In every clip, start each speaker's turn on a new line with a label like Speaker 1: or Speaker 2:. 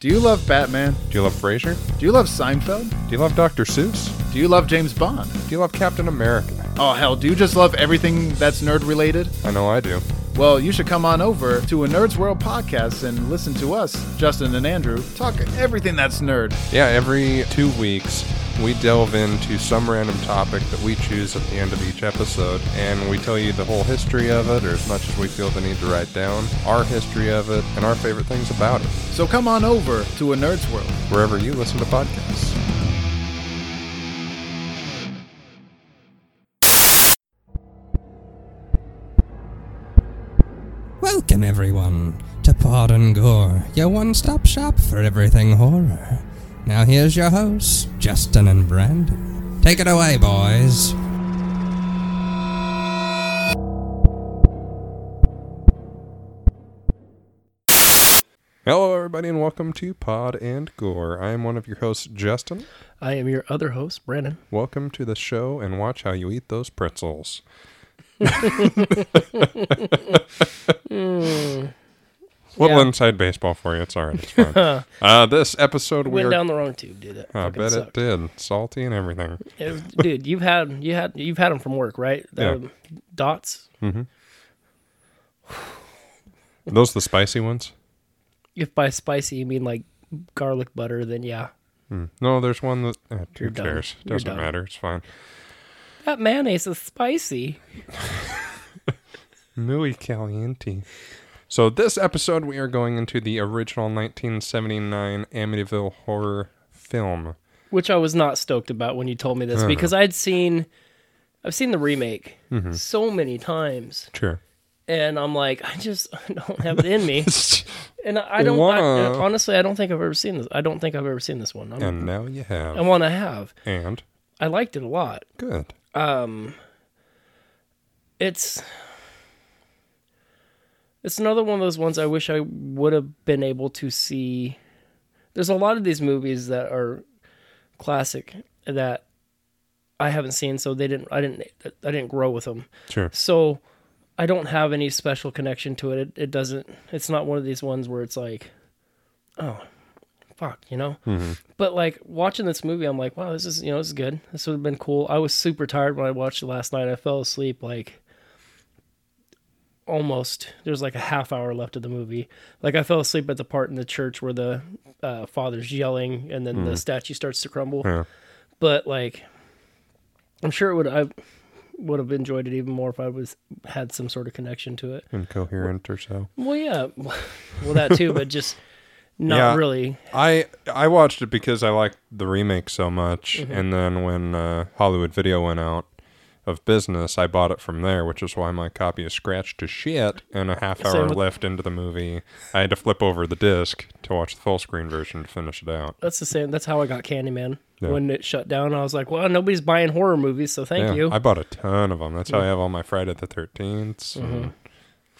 Speaker 1: Do you love Batman?
Speaker 2: Do you love Frasier?
Speaker 1: Do you love Seinfeld?
Speaker 2: Do you love Dr. Seuss?
Speaker 1: Do you love James Bond?
Speaker 2: Do you love Captain America?
Speaker 1: Oh, hell, do you just love everything that's nerd related?
Speaker 2: I know I do.
Speaker 1: Well, you should come on over to a Nerd's World podcast and listen to us, Justin and Andrew, talk everything that's nerd.
Speaker 2: Yeah, every two weeks we delve into some random topic that we choose at the end of each episode, and we tell you the whole history of it, or as much as we feel the need to write down our history of it and our favorite things about it,
Speaker 1: So come on over to a Nerd's World.
Speaker 2: wherever you listen to podcasts.
Speaker 3: Welcome, everyone, to Pod and Gore, your one stop shop for everything horror. Now, here's your hosts, Justin and Brandon. Take it away, boys.
Speaker 2: Hello, everybody, and welcome to Pod and Gore. I am one of your hosts, Justin.
Speaker 4: I am your other host, Brandon.
Speaker 2: Welcome to the show, and watch how you eat those pretzels.
Speaker 4: Hmm.
Speaker 2: Little
Speaker 4: Yeah.
Speaker 2: inside baseball for you. It's all right. It's fine. uh, this episode we
Speaker 4: Went
Speaker 2: are.
Speaker 4: down the wrong tube, dude. That
Speaker 2: I
Speaker 4: fucking
Speaker 2: bet it
Speaker 4: sucked.
Speaker 2: did. Salty and everything.
Speaker 4: It was- dude, you've had you had you've had them from work, right? The dots.
Speaker 2: Are those the spicy ones?
Speaker 4: If by spicy you mean like garlic butter, then yeah,
Speaker 2: No, there's one that. eh, who
Speaker 4: You're dumb.
Speaker 2: cares?
Speaker 4: You're
Speaker 2: Doesn't
Speaker 4: dumb.
Speaker 2: matter. It's fine.
Speaker 4: that mayonnaise is spicy.
Speaker 2: Muy caliente. So this episode we are going into the original 1979 Amityville horror film.
Speaker 4: which I was not stoked about when you told me this because I'd seen I've seen the remake
Speaker 2: Mm-hmm.
Speaker 4: so many times
Speaker 2: Sure.
Speaker 4: and I'm like I just don't have it in me and I, I don't I,
Speaker 2: Wow.
Speaker 4: honestly I don't think I've ever seen this I don't think I've ever seen this one I'm,
Speaker 2: and now you have.
Speaker 4: I want to have
Speaker 2: and
Speaker 4: I liked it a lot
Speaker 2: good.
Speaker 4: um it's it's another one of those ones I wish I would have been able to see. There's a lot of these movies that are classic that I haven't seen, so they didn't. I didn't. I didn't grow with them,
Speaker 2: Sure.
Speaker 4: so I don't have any special connection to it. It, it doesn't. It's not one of these ones where it's like, oh, fuck, you know. But like watching this movie, I'm like, wow, this is you know this is good. This would have been cool. I was super tired when I watched it last night. I fell asleep like almost. There's like a half hour left of the movie. Like I fell asleep at the part in the church where the uh, father's yelling and then the statue starts to crumble.
Speaker 2: Yeah.
Speaker 4: But like, I'm sure it would I would have enjoyed it even more if I was had some sort of connection to it.
Speaker 2: Incoherent or so.
Speaker 4: Well, yeah, well that too, but just not
Speaker 2: Yeah.
Speaker 4: really.
Speaker 2: I I watched it because I liked the remake so much, and then when uh, Hollywood Video went out of business, I bought it from there, which is why my copy is scratched to shit. And a half hour
Speaker 4: with-
Speaker 2: left into the movie, I had to flip over the disc to watch the full screen version to finish it out.
Speaker 4: That's the same. That's how I got Candyman
Speaker 2: Yeah.
Speaker 4: when it shut down. I was like, well, nobody's buying horror movies, so thank
Speaker 2: Yeah,
Speaker 4: you.
Speaker 2: I bought a ton of them. That's how I have all my Friday the 13th
Speaker 4: Mm-hmm.
Speaker 2: and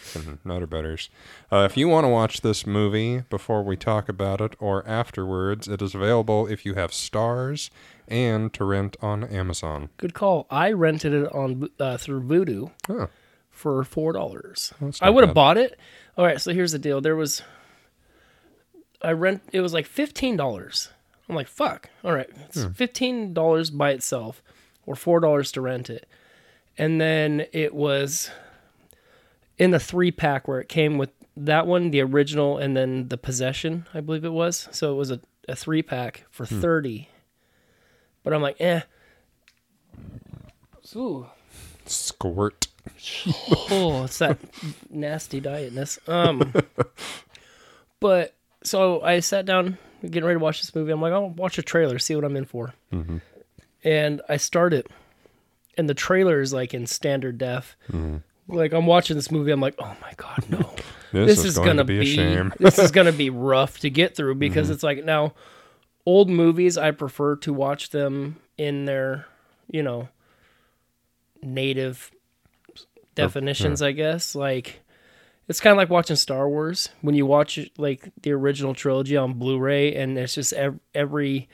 Speaker 2: Mm-hmm, freaking Nutter Butters. Uh, if you want to watch this movie before we talk about it or afterwards, it is available if you have stars and to rent on Amazon.
Speaker 4: Good call. I rented it on uh, through Voodoo
Speaker 2: Oh,
Speaker 4: for four dollars.
Speaker 2: that's
Speaker 4: I
Speaker 2: not
Speaker 4: would have
Speaker 2: bad.
Speaker 4: bought it. All right, so here's the deal. There was I rent it was like fifteen dollars. I'm like, fuck. All right. It's
Speaker 2: Hmm.
Speaker 4: fifteen dollars by itself or four dollars to rent it. And then it was in the three pack where it came with that one, the original, and then the possession, I believe it was. So it was a, a three pack for
Speaker 2: Hmm.
Speaker 4: thirty. But I'm like, eh. Ooh.
Speaker 2: squirt.
Speaker 4: Oh, it's that nasty dietness. Um, but so I sat down, getting ready to watch this movie. I'm like, I'll watch a trailer, see what I'm in for. And I start it, and the trailer is like in standard def. Like I'm watching this movie, I'm like, oh my god, no,
Speaker 2: This,
Speaker 4: this, is, going to be, Mm-hmm.
Speaker 2: a shame.
Speaker 4: this is going to be rough to get through because it's like now, old movies I prefer to watch them in their, you know, native
Speaker 2: Oh,
Speaker 4: definitions, I guess. Like it's kind of like watching Star Wars when you watch like the original trilogy on Blu-ray, and it's just ev- every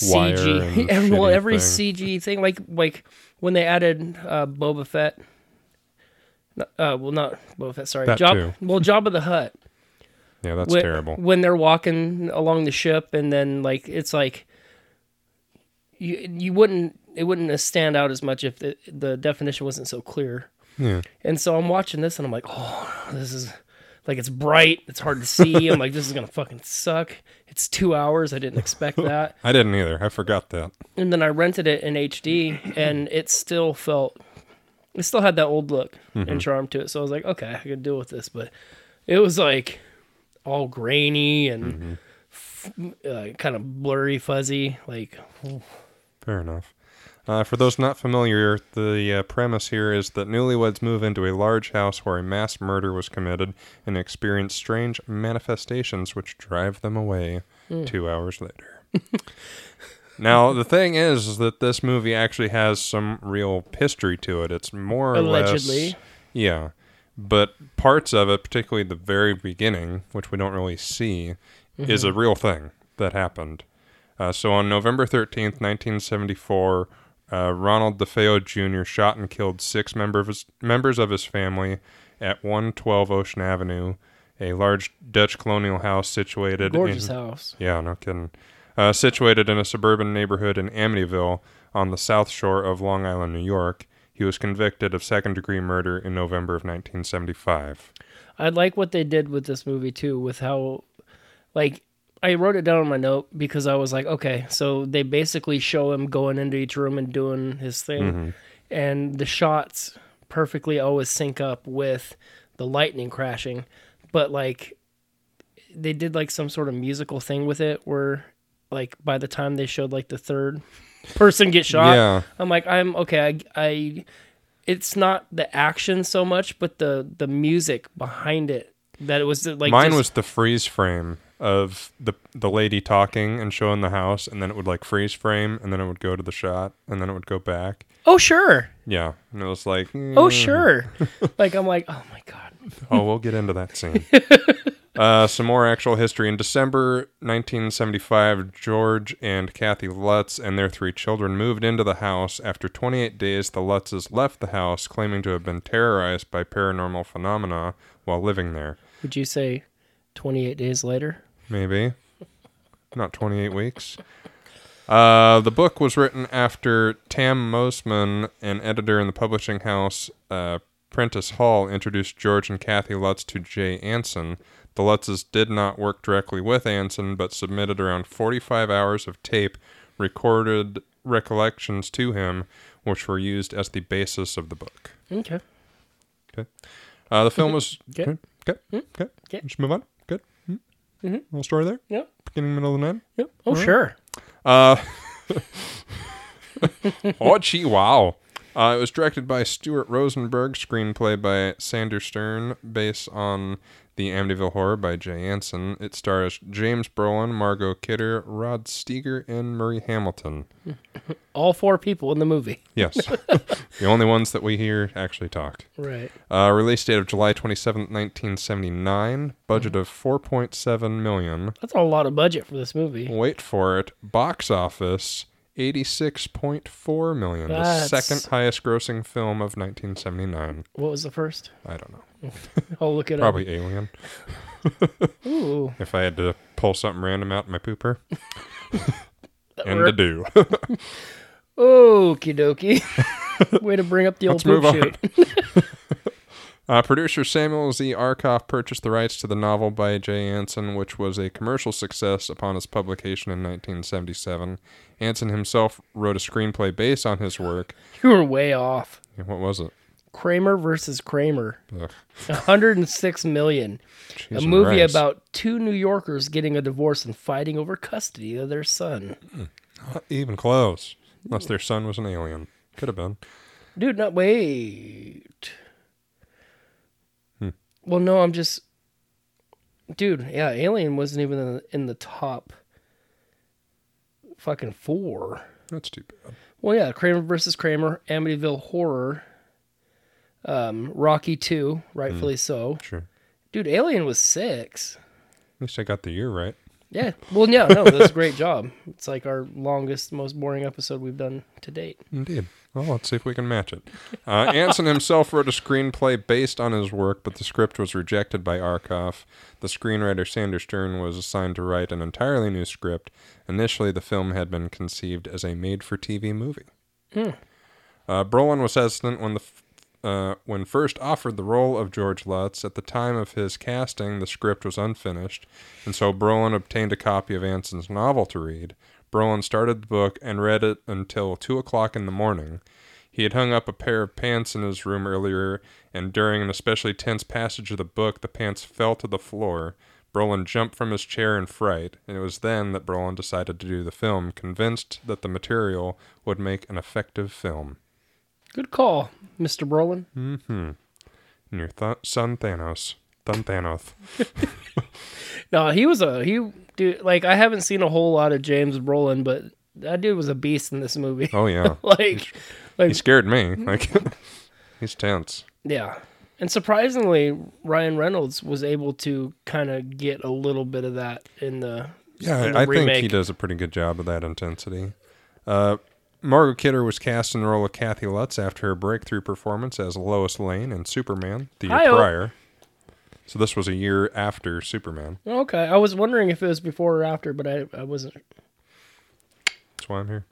Speaker 2: Wire
Speaker 4: CG,
Speaker 2: and
Speaker 4: every, well,
Speaker 2: shitty
Speaker 4: every
Speaker 2: thing.
Speaker 4: CG thing. Like like when they added uh, Boba Fett. no- Uh, well, not Boba Fett. Sorry,
Speaker 2: That
Speaker 4: Job.
Speaker 2: too.
Speaker 4: Well, Job of the Hut.
Speaker 2: Yeah, that's
Speaker 4: Wh-
Speaker 2: terrible.
Speaker 4: When they're walking along the ship, and then like it's like you you wouldn't it wouldn't uh, stand out as much if the, the definition wasn't so clear.
Speaker 2: Yeah.
Speaker 4: And so I'm watching this, and I'm like, oh, this is like it's bright, it's hard to see. I'm like, this is gonna fucking suck. It's two hours. I didn't expect that.
Speaker 2: I didn't either. I forgot that.
Speaker 4: And then I rented it in HD, and it still felt it still had that old look and charm to it. So I was like, okay, I can deal with this. But it was like all grainy and f- uh, kind of blurry, fuzzy. Like,
Speaker 2: Fair enough. Uh, for those not familiar, the uh, premise here is that newlyweds move into a large house where a mass murder was committed and experience strange manifestations which drive them away two hours later. now, the thing is, is that this movie actually has some real history to it. It's more or less.
Speaker 4: Allegedly.
Speaker 2: Yeah. But parts of it, particularly the very beginning, which we don't really see, is a real thing that happened. Uh, so on November 13th, 1974, uh, Ronald DeFeo Jr. shot and killed six member of his, members of his family at 112 Ocean Avenue, a large Dutch colonial house situated
Speaker 4: gorgeous
Speaker 2: in,
Speaker 4: house.
Speaker 2: Yeah, no kidding. Uh, situated in a suburban neighborhood in Amityville on the south shore of Long Island, New York. He was convicted of second degree murder in November of 1975.
Speaker 4: I like what they did with this movie too, with how, like, I wrote it down on my note because I was like, okay, so they basically show him going into each room and doing his thing, and the shots perfectly always sync up with the lightning crashing, but like, they did like some sort of musical thing with it where, like, by the time they showed like the third person get shot,
Speaker 2: Yeah.
Speaker 4: I'm like, I'm okay. I, I, it's not the action so much, but the the music behind it. That it was like
Speaker 2: Mine
Speaker 4: just-
Speaker 2: was the freeze frame of the the lady talking and showing the house, and then it would like freeze frame, and then it would go to the shot, and then it would go back.
Speaker 4: Oh sure,
Speaker 2: Yeah, and it was like,
Speaker 4: oh
Speaker 2: Mm.
Speaker 4: sure. like I'm like, oh my god.
Speaker 2: oh, we'll get into that scene. uh, some more actual history. In December 1975, George and Kathy Lutz and their three children moved into the house. After 28 days, the Lutzes left the house, claiming to have been terrorized by paranormal phenomena while living there.
Speaker 4: Would you say, 28 days later?
Speaker 2: Maybe. Not 28 weeks. Uh, the book was written after Tam Mosman, an editor in the publishing house uh, Prentice Hall, introduced George and Kathy Lutz to Jay Anson. The Lutzes did not work directly with Anson, but submitted around 45 hours of tape recorded recollections to him, which were used as the basis of the book.
Speaker 4: Okay.
Speaker 2: Okay. Uh, the film was.
Speaker 4: Okay.
Speaker 2: Okay. Okay.
Speaker 4: Okay.
Speaker 2: Just move on. Hmm? Good. Mm-hmm. Little story there.
Speaker 4: Yep.
Speaker 2: Beginning, middle, and end.
Speaker 4: Yep. Oh
Speaker 2: Mm-hmm.
Speaker 4: sure.
Speaker 2: Oh, gee, wow. Uh, it was directed by Stuart Rosenberg, screenplay by Sander Stern, based on the Amityville Horror by Jay Anson. It stars James Brolin, Margot Kidder, Rod Steiger, and Murray Hamilton.
Speaker 4: All four people in the movie.
Speaker 2: Yes, the only ones that we hear actually talk.
Speaker 4: Right.
Speaker 2: Uh, release date of July twenty seventh, 1979. Budget of 4.7 million.
Speaker 4: That's a lot of budget for this movie.
Speaker 2: Wait for it. Box office 86.4 million.
Speaker 4: That's-
Speaker 2: The second highest grossing film of 1979.
Speaker 4: What was the first?
Speaker 2: I don't know.
Speaker 4: I'll look it
Speaker 2: Probably Alien.
Speaker 4: up. Ooh.
Speaker 2: If I had to pull something random out of my pooper. and to
Speaker 4: worked.
Speaker 2: do.
Speaker 4: Okie dokie. Way to bring up the
Speaker 2: Let's
Speaker 4: old
Speaker 2: move
Speaker 4: poop
Speaker 2: on.
Speaker 4: shoot.
Speaker 2: Uh, producer Samuel Z. Arkoff purchased the rights to the novel by J. Anson, which was a commercial success upon its publication in 1977. Anson himself wrote a screenplay based on his work.
Speaker 4: You were way off.
Speaker 2: Yeah, What was it?
Speaker 4: Kramer versus Kramer.
Speaker 2: Ugh.
Speaker 4: 106 million.
Speaker 2: Jeez
Speaker 4: a movie
Speaker 2: Christ.
Speaker 4: about two New Yorkers getting a divorce and fighting over custody of their son.
Speaker 2: Not even close. Unless their son was an alien. Could have been.
Speaker 4: Dude, not wait. Well, no, I'm just. Dude, yeah, Alien wasn't even in the, in the top fucking four.
Speaker 2: That's too bad.
Speaker 4: Well, yeah, Kramer versus Kramer, Amityville Horror, um, Rocky 2, rightfully so.
Speaker 2: Sure.
Speaker 4: Dude, Alien was six.
Speaker 2: At least I got the year right.
Speaker 4: Yeah. Well, yeah, no, that's a great job. It's like our longest, most boring episode we've done to date.
Speaker 2: Indeed. Well, let's see if we can match it. Uh, Anson himself wrote a screenplay based on his work, but the script was rejected by Arkoff. The screenwriter Sander Stern was assigned to write an entirely new script. Initially, the film had been conceived as a made-for-TV movie. Uh, Brolin was hesitant when the f- uh, when first offered the role of George Lutz. At the time of his casting, the script was unfinished, and so Brolin obtained a copy of Anson's novel to read. Brolin started the book and read it until two o'clock in the morning. He had hung up a pair of pants in his room earlier, and during an especially tense passage of the book, the pants fell to the floor. Brolin jumped from his chair in fright, and it was then that Brolin decided to do the film, convinced that the material would make an effective film.
Speaker 4: Good call, Mr. Brolin.
Speaker 2: And your th- son Thanos. Thun Thanoth.
Speaker 4: No, he was a he dude. Like I haven't seen a whole lot of James Brolin, but that dude was a beast in this movie.
Speaker 2: Oh yeah.
Speaker 4: like,
Speaker 2: He
Speaker 4: like
Speaker 2: scared me. Like he's tense.
Speaker 4: yeah. And surprisingly, Ryan Reynolds was able to kind of get a little bit of that in the in
Speaker 2: Yeah,
Speaker 4: the
Speaker 2: I, I think he
Speaker 4: remake.
Speaker 2: does a pretty good job of that intensity. Uh, Margot Kidder was cast in the role of Kathy Lutz after her breakthrough performance as Lois Lane in Superman the year
Speaker 4: Hi-oh.
Speaker 2: prior. So this was a year after Superman.
Speaker 4: Okay, I was wondering if it was before or after, but I, I wasn't.
Speaker 2: That's why I'm here.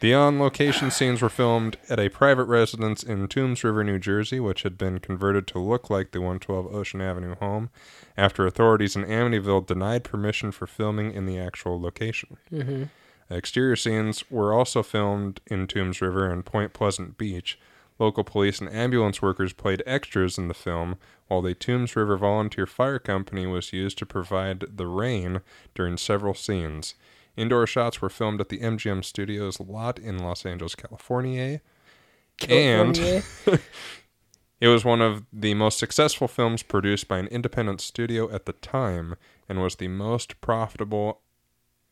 Speaker 2: The on location scenes were filmed at a private residence in Tombs River, New Jersey, which had been converted to look like the 112 Ocean Avenue home after authorities in Amityville denied permission for filming in the actual location. Exterior scenes were also filmed in Tombs River and Point Pleasant Beach. Local police and ambulance workers played extras in the film, while the Tombs River Volunteer Fire Company was used to provide the rain during several scenes. Indoor shots were filmed at the MGM Studios lot in Los Angeles, California. And
Speaker 4: California.
Speaker 2: it was one of the most successful films produced by an independent studio at the time and was the most profitable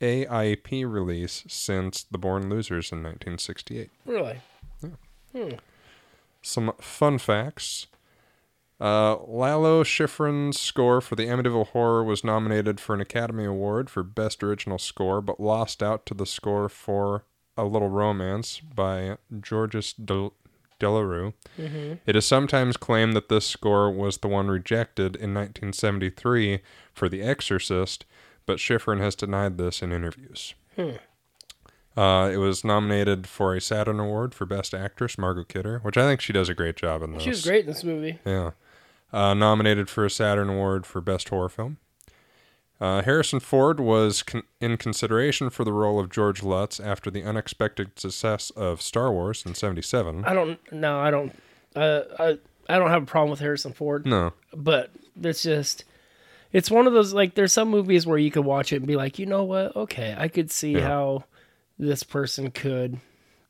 Speaker 2: AIP release since The Born Losers in 1968.
Speaker 4: really,
Speaker 2: Some fun facts. Uh, Lalo Schifrin's score for the Amityville Horror was nominated for an Academy Award for Best Original Score, but lost out to the score for A Little Romance by Georges Del- Delarue. It is sometimes claimed that this score was the one rejected in 1973 for The Exorcist, but Schifrin has denied this in interviews. Uh, it was nominated for a Saturn Award for Best Actress, Margot Kidder, which I think she does a great job in this.
Speaker 4: she was great in this movie.
Speaker 2: Yeah. Uh, nominated for a Saturn Award for Best Horror Film. Uh, Harrison Ford was con- in consideration for the role of George Lutz after the unexpected success of Star Wars in 77.
Speaker 4: I don't. No, I don't. Uh, I I don't have a problem with Harrison Ford,
Speaker 2: No.
Speaker 4: but it's just. It's one of those like there's some movies where you could watch it and be like, you know what? Okay, I could see how this person could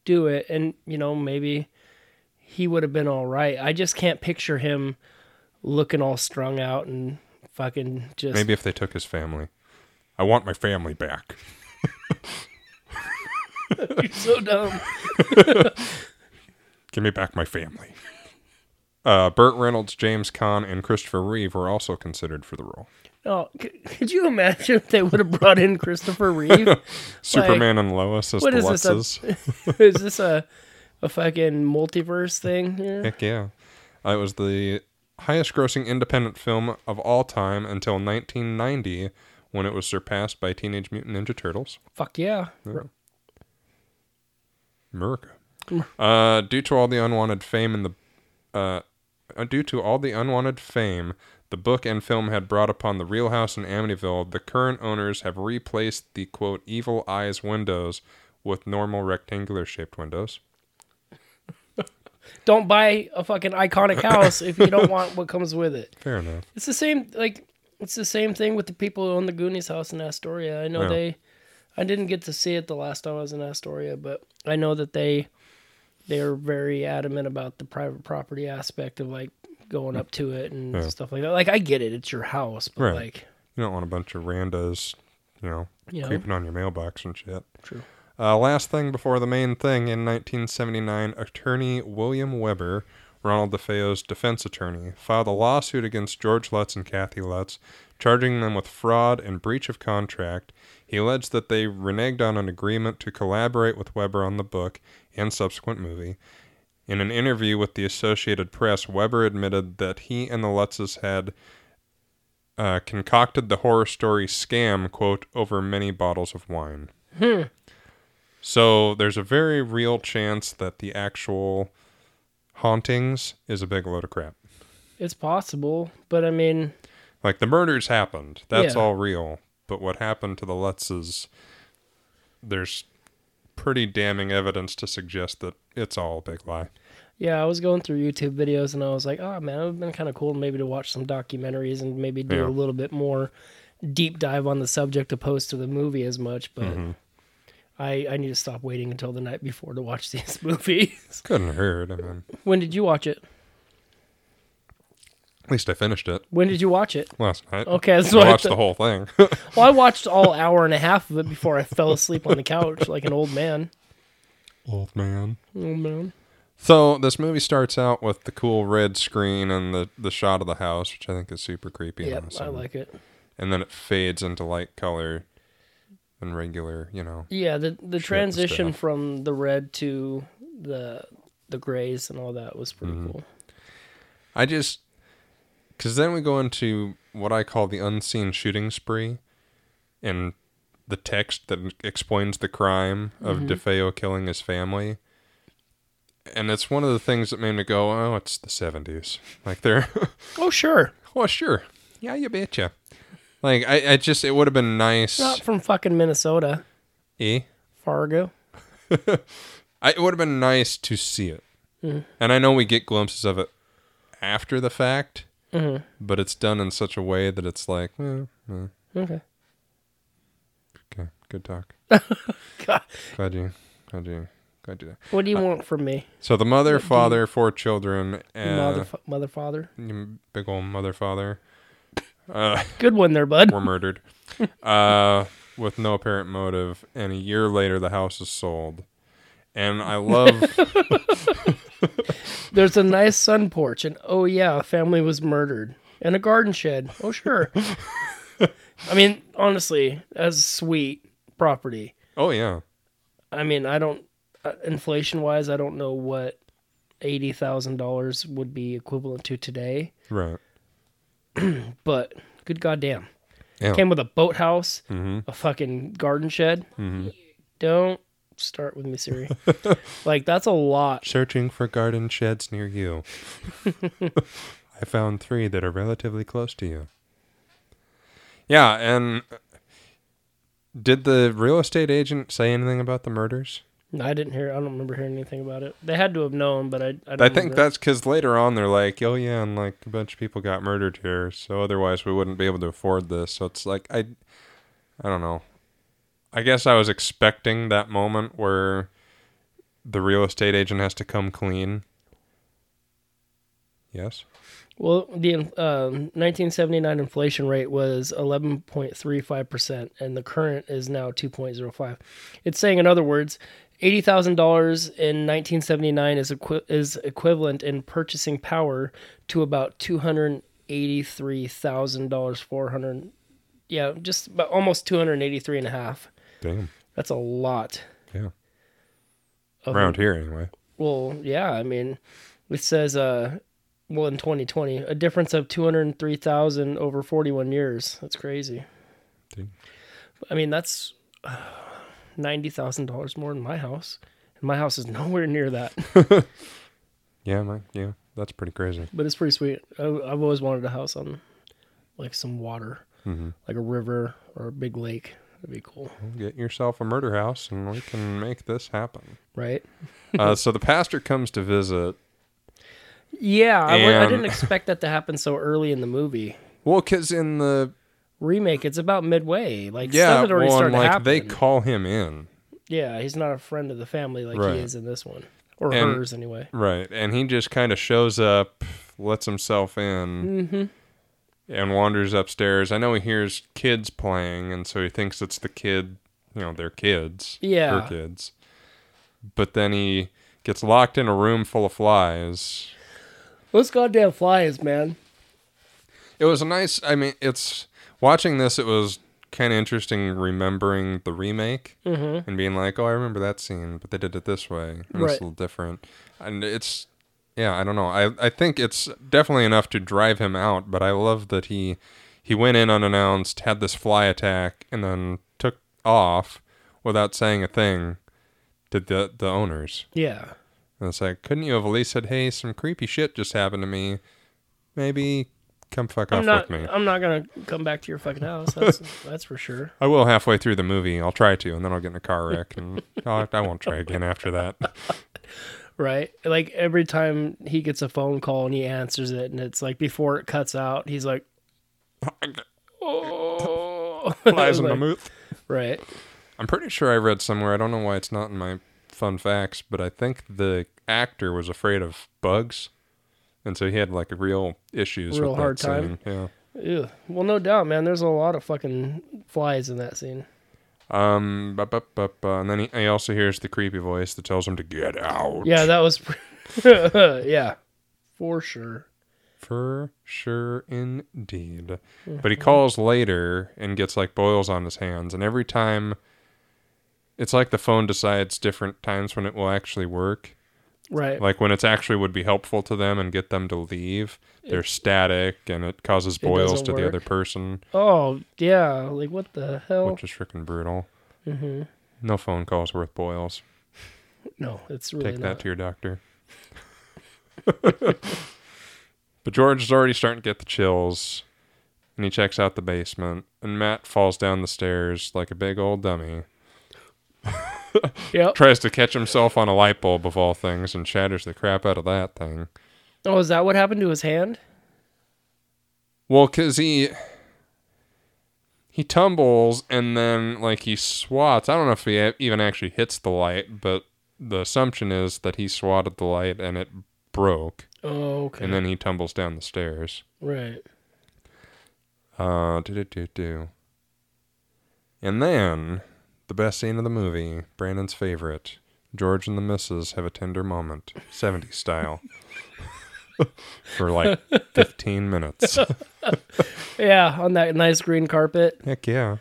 Speaker 4: do it, and you know maybe he would have been all right. I just can't picture him looking all strung out and fucking just
Speaker 2: Maybe if they took his family. I want my family back.
Speaker 4: so dumb.
Speaker 2: Give me back my family. Uh, Burt Reynolds, James Caan, and Christopher Reeve were also considered for the role.
Speaker 4: Oh, c- could you imagine if they would have brought in Christopher Reeve?
Speaker 2: Superman and Lois as
Speaker 4: what
Speaker 2: the
Speaker 4: is this, a-
Speaker 2: Lutzes.
Speaker 4: Is this a a fucking multiverse thing here?
Speaker 2: Heck yeah. Uh, it was the highest grossing independent film of all time until 1990 when it was surpassed by Teenage Mutant Ninja Turtles.
Speaker 4: Fuck yeah. R-
Speaker 2: America. Uh, due to all the unwanted fame and the uh, uh, due to all the unwanted fame the book and film had brought upon the Real House in Amityville, the current owners have replaced the quote evil eyes windows with normal rectangular shaped windows.
Speaker 4: Don't buy a fucking iconic house if you don't want what comes with it.
Speaker 2: Fair enough.
Speaker 4: It's the same like it's the same thing with the people who own the Goonies house in Astoria. I know
Speaker 2: Yeah.
Speaker 4: they I didn't get to see it the last time I was in Astoria, but I know that they they're very adamant about the private property aspect of like going up to it and stuff like that. Like I get it, it's your house, but
Speaker 2: Right.
Speaker 4: like
Speaker 2: You don't want a bunch of randos, you know,
Speaker 4: You know.
Speaker 2: creeping on your mailbox and shit.
Speaker 4: True.
Speaker 2: Uh, last thing before the main thing in 1979, attorney William Weber, Ronald DeFeo's defense attorney, filed a lawsuit against George Lutz and Kathy Lutz charging them with fraud and breach of contract. He alleged that they reneged on an agreement to collaborate with Weber on the book and subsequent movie. In an interview with the Associated Press, Weber admitted that he and the Lutzes had uh, concocted the horror story scam, quote, over many bottles of wine.
Speaker 4: Hmm.
Speaker 2: So there's a very real chance that the actual hauntings is a big load of crap.
Speaker 4: It's possible, but I mean,
Speaker 2: Like the murders happened. That's
Speaker 4: Yeah.
Speaker 2: all real. But what happened to the Lutzes, there's pretty damning evidence to suggest that it's all a big lie.
Speaker 4: yeah, I was going through YouTube videos and I was like, oh man, it would have been kind of cool maybe to watch some documentaries and maybe do
Speaker 2: Yeah.
Speaker 4: a little bit more deep dive on the subject opposed to the movie as much, but. I, I need to stop waiting until the night before to watch these movies.
Speaker 2: Couldn't hurt. I mean,
Speaker 4: when did you watch it?
Speaker 2: at least I finished it
Speaker 4: When did you watch it?
Speaker 2: last night.
Speaker 4: Okay, that's
Speaker 2: I
Speaker 4: what I
Speaker 2: watched
Speaker 4: thought.
Speaker 2: the whole thing.
Speaker 4: Well, I watched all hour and a half of it before I fell asleep on the couch like an old man.
Speaker 2: Old man.
Speaker 4: Old man.
Speaker 2: So this movie starts out with the cool red screen and the, the shot of the house, which I think is super creepy. and
Speaker 4: Yep, I
Speaker 2: awesome.
Speaker 4: like it.
Speaker 2: and then it fades into light color and regular, you know.
Speaker 4: Yeah, the the
Speaker 2: stuff.
Speaker 4: transition from the red to the the grays and all that was pretty cool.
Speaker 2: I just cuz then we go into what I call the unseen shooting spree and the text that explains the crime of
Speaker 4: Mm-hmm.
Speaker 2: DeFeo killing his family. And it's one of the things that made me go, "Oh, it's the 70s." Like they're
Speaker 4: Oh sure,
Speaker 2: Well, sure. Yeah, you betcha. Like I, I just it would have been nice.
Speaker 4: not from fucking Minnesota,
Speaker 2: Eh?
Speaker 4: Fargo.
Speaker 2: I, it would have been nice to see it.
Speaker 4: Mm-hmm.
Speaker 2: And I know we get glimpses of it after the fact,
Speaker 4: Mm-hmm.
Speaker 2: but it's done in such a way that it's like, eh, eh,
Speaker 4: Okay,
Speaker 2: okay, good talk.
Speaker 4: God,
Speaker 2: Glad you, glad you, glad you.
Speaker 4: what do you want from me,
Speaker 2: So the mother, father, four children, and
Speaker 4: mother fa- mother father?
Speaker 2: big old mother, father
Speaker 4: Good one there, bud.
Speaker 2: were murdered, uh, with no apparent motive. And a year later, the house is sold. And I love.
Speaker 4: There's a nice sun porch, and oh yeah, a family was murdered, and a garden shed. Oh sure. I mean, honestly, as sweet property.
Speaker 2: oh yeah.
Speaker 4: I mean, I don't uh, inflation wise, I don't know what eighty thousand dollars would be equivalent to today,
Speaker 2: Right.
Speaker 4: but good goddamn,
Speaker 2: Yeah. Mm-hmm.
Speaker 4: came with a boathouse, a fucking garden shed. Don't start with me, Siri. like that's a lot.
Speaker 2: Searching for garden sheds near you. I found three that are relatively close to you. Yeah, and did the real estate agent say anything about the murders?
Speaker 4: I didn't hear. I don't remember hearing anything about it. They had to have known, but I. I, don't
Speaker 2: I think
Speaker 4: remember.
Speaker 2: that's because later on they're like, oh yeah, and like a bunch of people got murdered here, so otherwise we wouldn't be able to afford this. So it's like I, I don't know. I guess I was expecting that moment where the real estate agent has to come clean. Yes.
Speaker 4: Well, the um, 1979 inflation rate was 11.35%, and the current is now 2.05. It's saying, in other words, $80,000 in 1979 is, equi- is equivalent in purchasing power to about $283,000, 400, yeah, just about almost 283 and a half.
Speaker 2: Damn.
Speaker 4: That's a lot.
Speaker 2: Yeah.
Speaker 4: of
Speaker 2: Around here anyway.
Speaker 4: Well, yeah, I mean, it says uh well in 2020, a difference of 203,000 over 41 years. That's crazy.
Speaker 2: Dang.
Speaker 4: I mean, that's uh, $90,000 more than my house. And my house is nowhere near that,
Speaker 2: Yeah, Mike. Yeah, that's pretty crazy.
Speaker 4: but it's pretty sweet. I, I've always wanted a house on like some water,
Speaker 2: Mm-hmm.
Speaker 4: like a river or a big lake. That'd be cool,
Speaker 2: Get yourself a murder house, and we can make this happen.
Speaker 4: right?
Speaker 2: uh, so the pastor comes to visit,
Speaker 4: Yeah, I, w- I
Speaker 2: And-
Speaker 4: didn't expect that to happen so early in the movie.
Speaker 2: Well, because in the
Speaker 4: Remake, it's about midway. Like
Speaker 2: yeah,
Speaker 4: stuff had already
Speaker 2: well, and,
Speaker 4: started
Speaker 2: like
Speaker 4: happening.
Speaker 2: they call him in,
Speaker 4: Yeah, he's not a friend of the family like
Speaker 2: Right.
Speaker 4: he is in this one. Or
Speaker 2: And-
Speaker 4: hers, anyway.
Speaker 2: right, and he just kind of shows up, lets himself in,
Speaker 4: Mm-hmm.
Speaker 2: and wanders upstairs. I know he hears kids playing, and so he thinks it's the kid, you know, their kids,
Speaker 4: Yeah.
Speaker 2: her kids. But then he gets locked in a room full of flies.
Speaker 4: Those goddamn flies, man.
Speaker 2: It was a nice. I mean, it's watching this, it was kind of interesting remembering the remake and being like, oh, I remember that scene, but they did it this way. And
Speaker 4: Mm-hmm. Right.
Speaker 2: It's a little different. And it's, yeah, I don't know. I, I think it's definitely enough to drive him out, but I love that he he went in unannounced, had this fly attack, and then took off without saying a thing to the, the owners.
Speaker 4: Yeah.
Speaker 2: And it's like, couldn't you have at least said, hey, some creepy shit just happened to me. Maybe come fuck off
Speaker 4: I'm not.
Speaker 2: with me.
Speaker 4: I'm not gonna come back to your fucking house. That's that's for sure.
Speaker 2: I will halfway through the movie. I'll try to, and then I'll get in a car wreck, and I'll, I won't try again after that.
Speaker 4: Right? Like every time he gets a phone call and he answers it, and it's like before it cuts out, he's like, "Oh,
Speaker 2: Flies in my
Speaker 4: Like,
Speaker 2: mouth.
Speaker 4: Right?
Speaker 2: I'm pretty sure I read somewhere. I don't know why it's not in my fun facts, but I think the actor was afraid of bugs, and so he had like real issues.
Speaker 4: Real
Speaker 2: with that
Speaker 4: hard time.
Speaker 2: scene. Yeah.
Speaker 4: Ew. Well, no doubt, man. There's a lot of fucking flies in that scene.
Speaker 2: Um. But, but, but, but, and then he, he also hears the creepy voice that tells him to get out.
Speaker 4: Yeah, that was. yeah, for sure.
Speaker 2: For sure, indeed. But he calls later and gets like boils on his hands, and every time it's like the phone decides different times when it will actually work.
Speaker 4: Right.
Speaker 2: Like when it's actually would be helpful to them and get them to leave, they're static and it causes boils
Speaker 4: doesn't
Speaker 2: to the
Speaker 4: work.
Speaker 2: other person,
Speaker 4: oh yeah. Like what the hell?
Speaker 2: which is freaking brutal. Mm-hmm. No phone calls worth boils.
Speaker 4: no, it's really
Speaker 2: Take
Speaker 4: not.
Speaker 2: that to your doctor. but George is already starting to get the chills, and he checks out the basement, and Matt falls down the stairs like a big old dummy.
Speaker 4: Yep.
Speaker 2: Tries to catch himself on a light bulb of all things and shatters the crap out of that thing.
Speaker 4: Oh, is that what happened to his hand?
Speaker 2: Well, cause he he tumbles and then like he swats. I don't know if he a- even actually hits the light, but the assumption is that he swatted the light and it broke,
Speaker 4: Oh, okay.
Speaker 2: and then he tumbles down the stairs.
Speaker 4: right.
Speaker 2: Uh, do do do do. And then the best scene of the movie, Brandon's favorite. George and the missus have a tender moment, 70s style. For like 15 minutes.
Speaker 4: Yeah, on that nice green carpet.
Speaker 2: Heck yeah.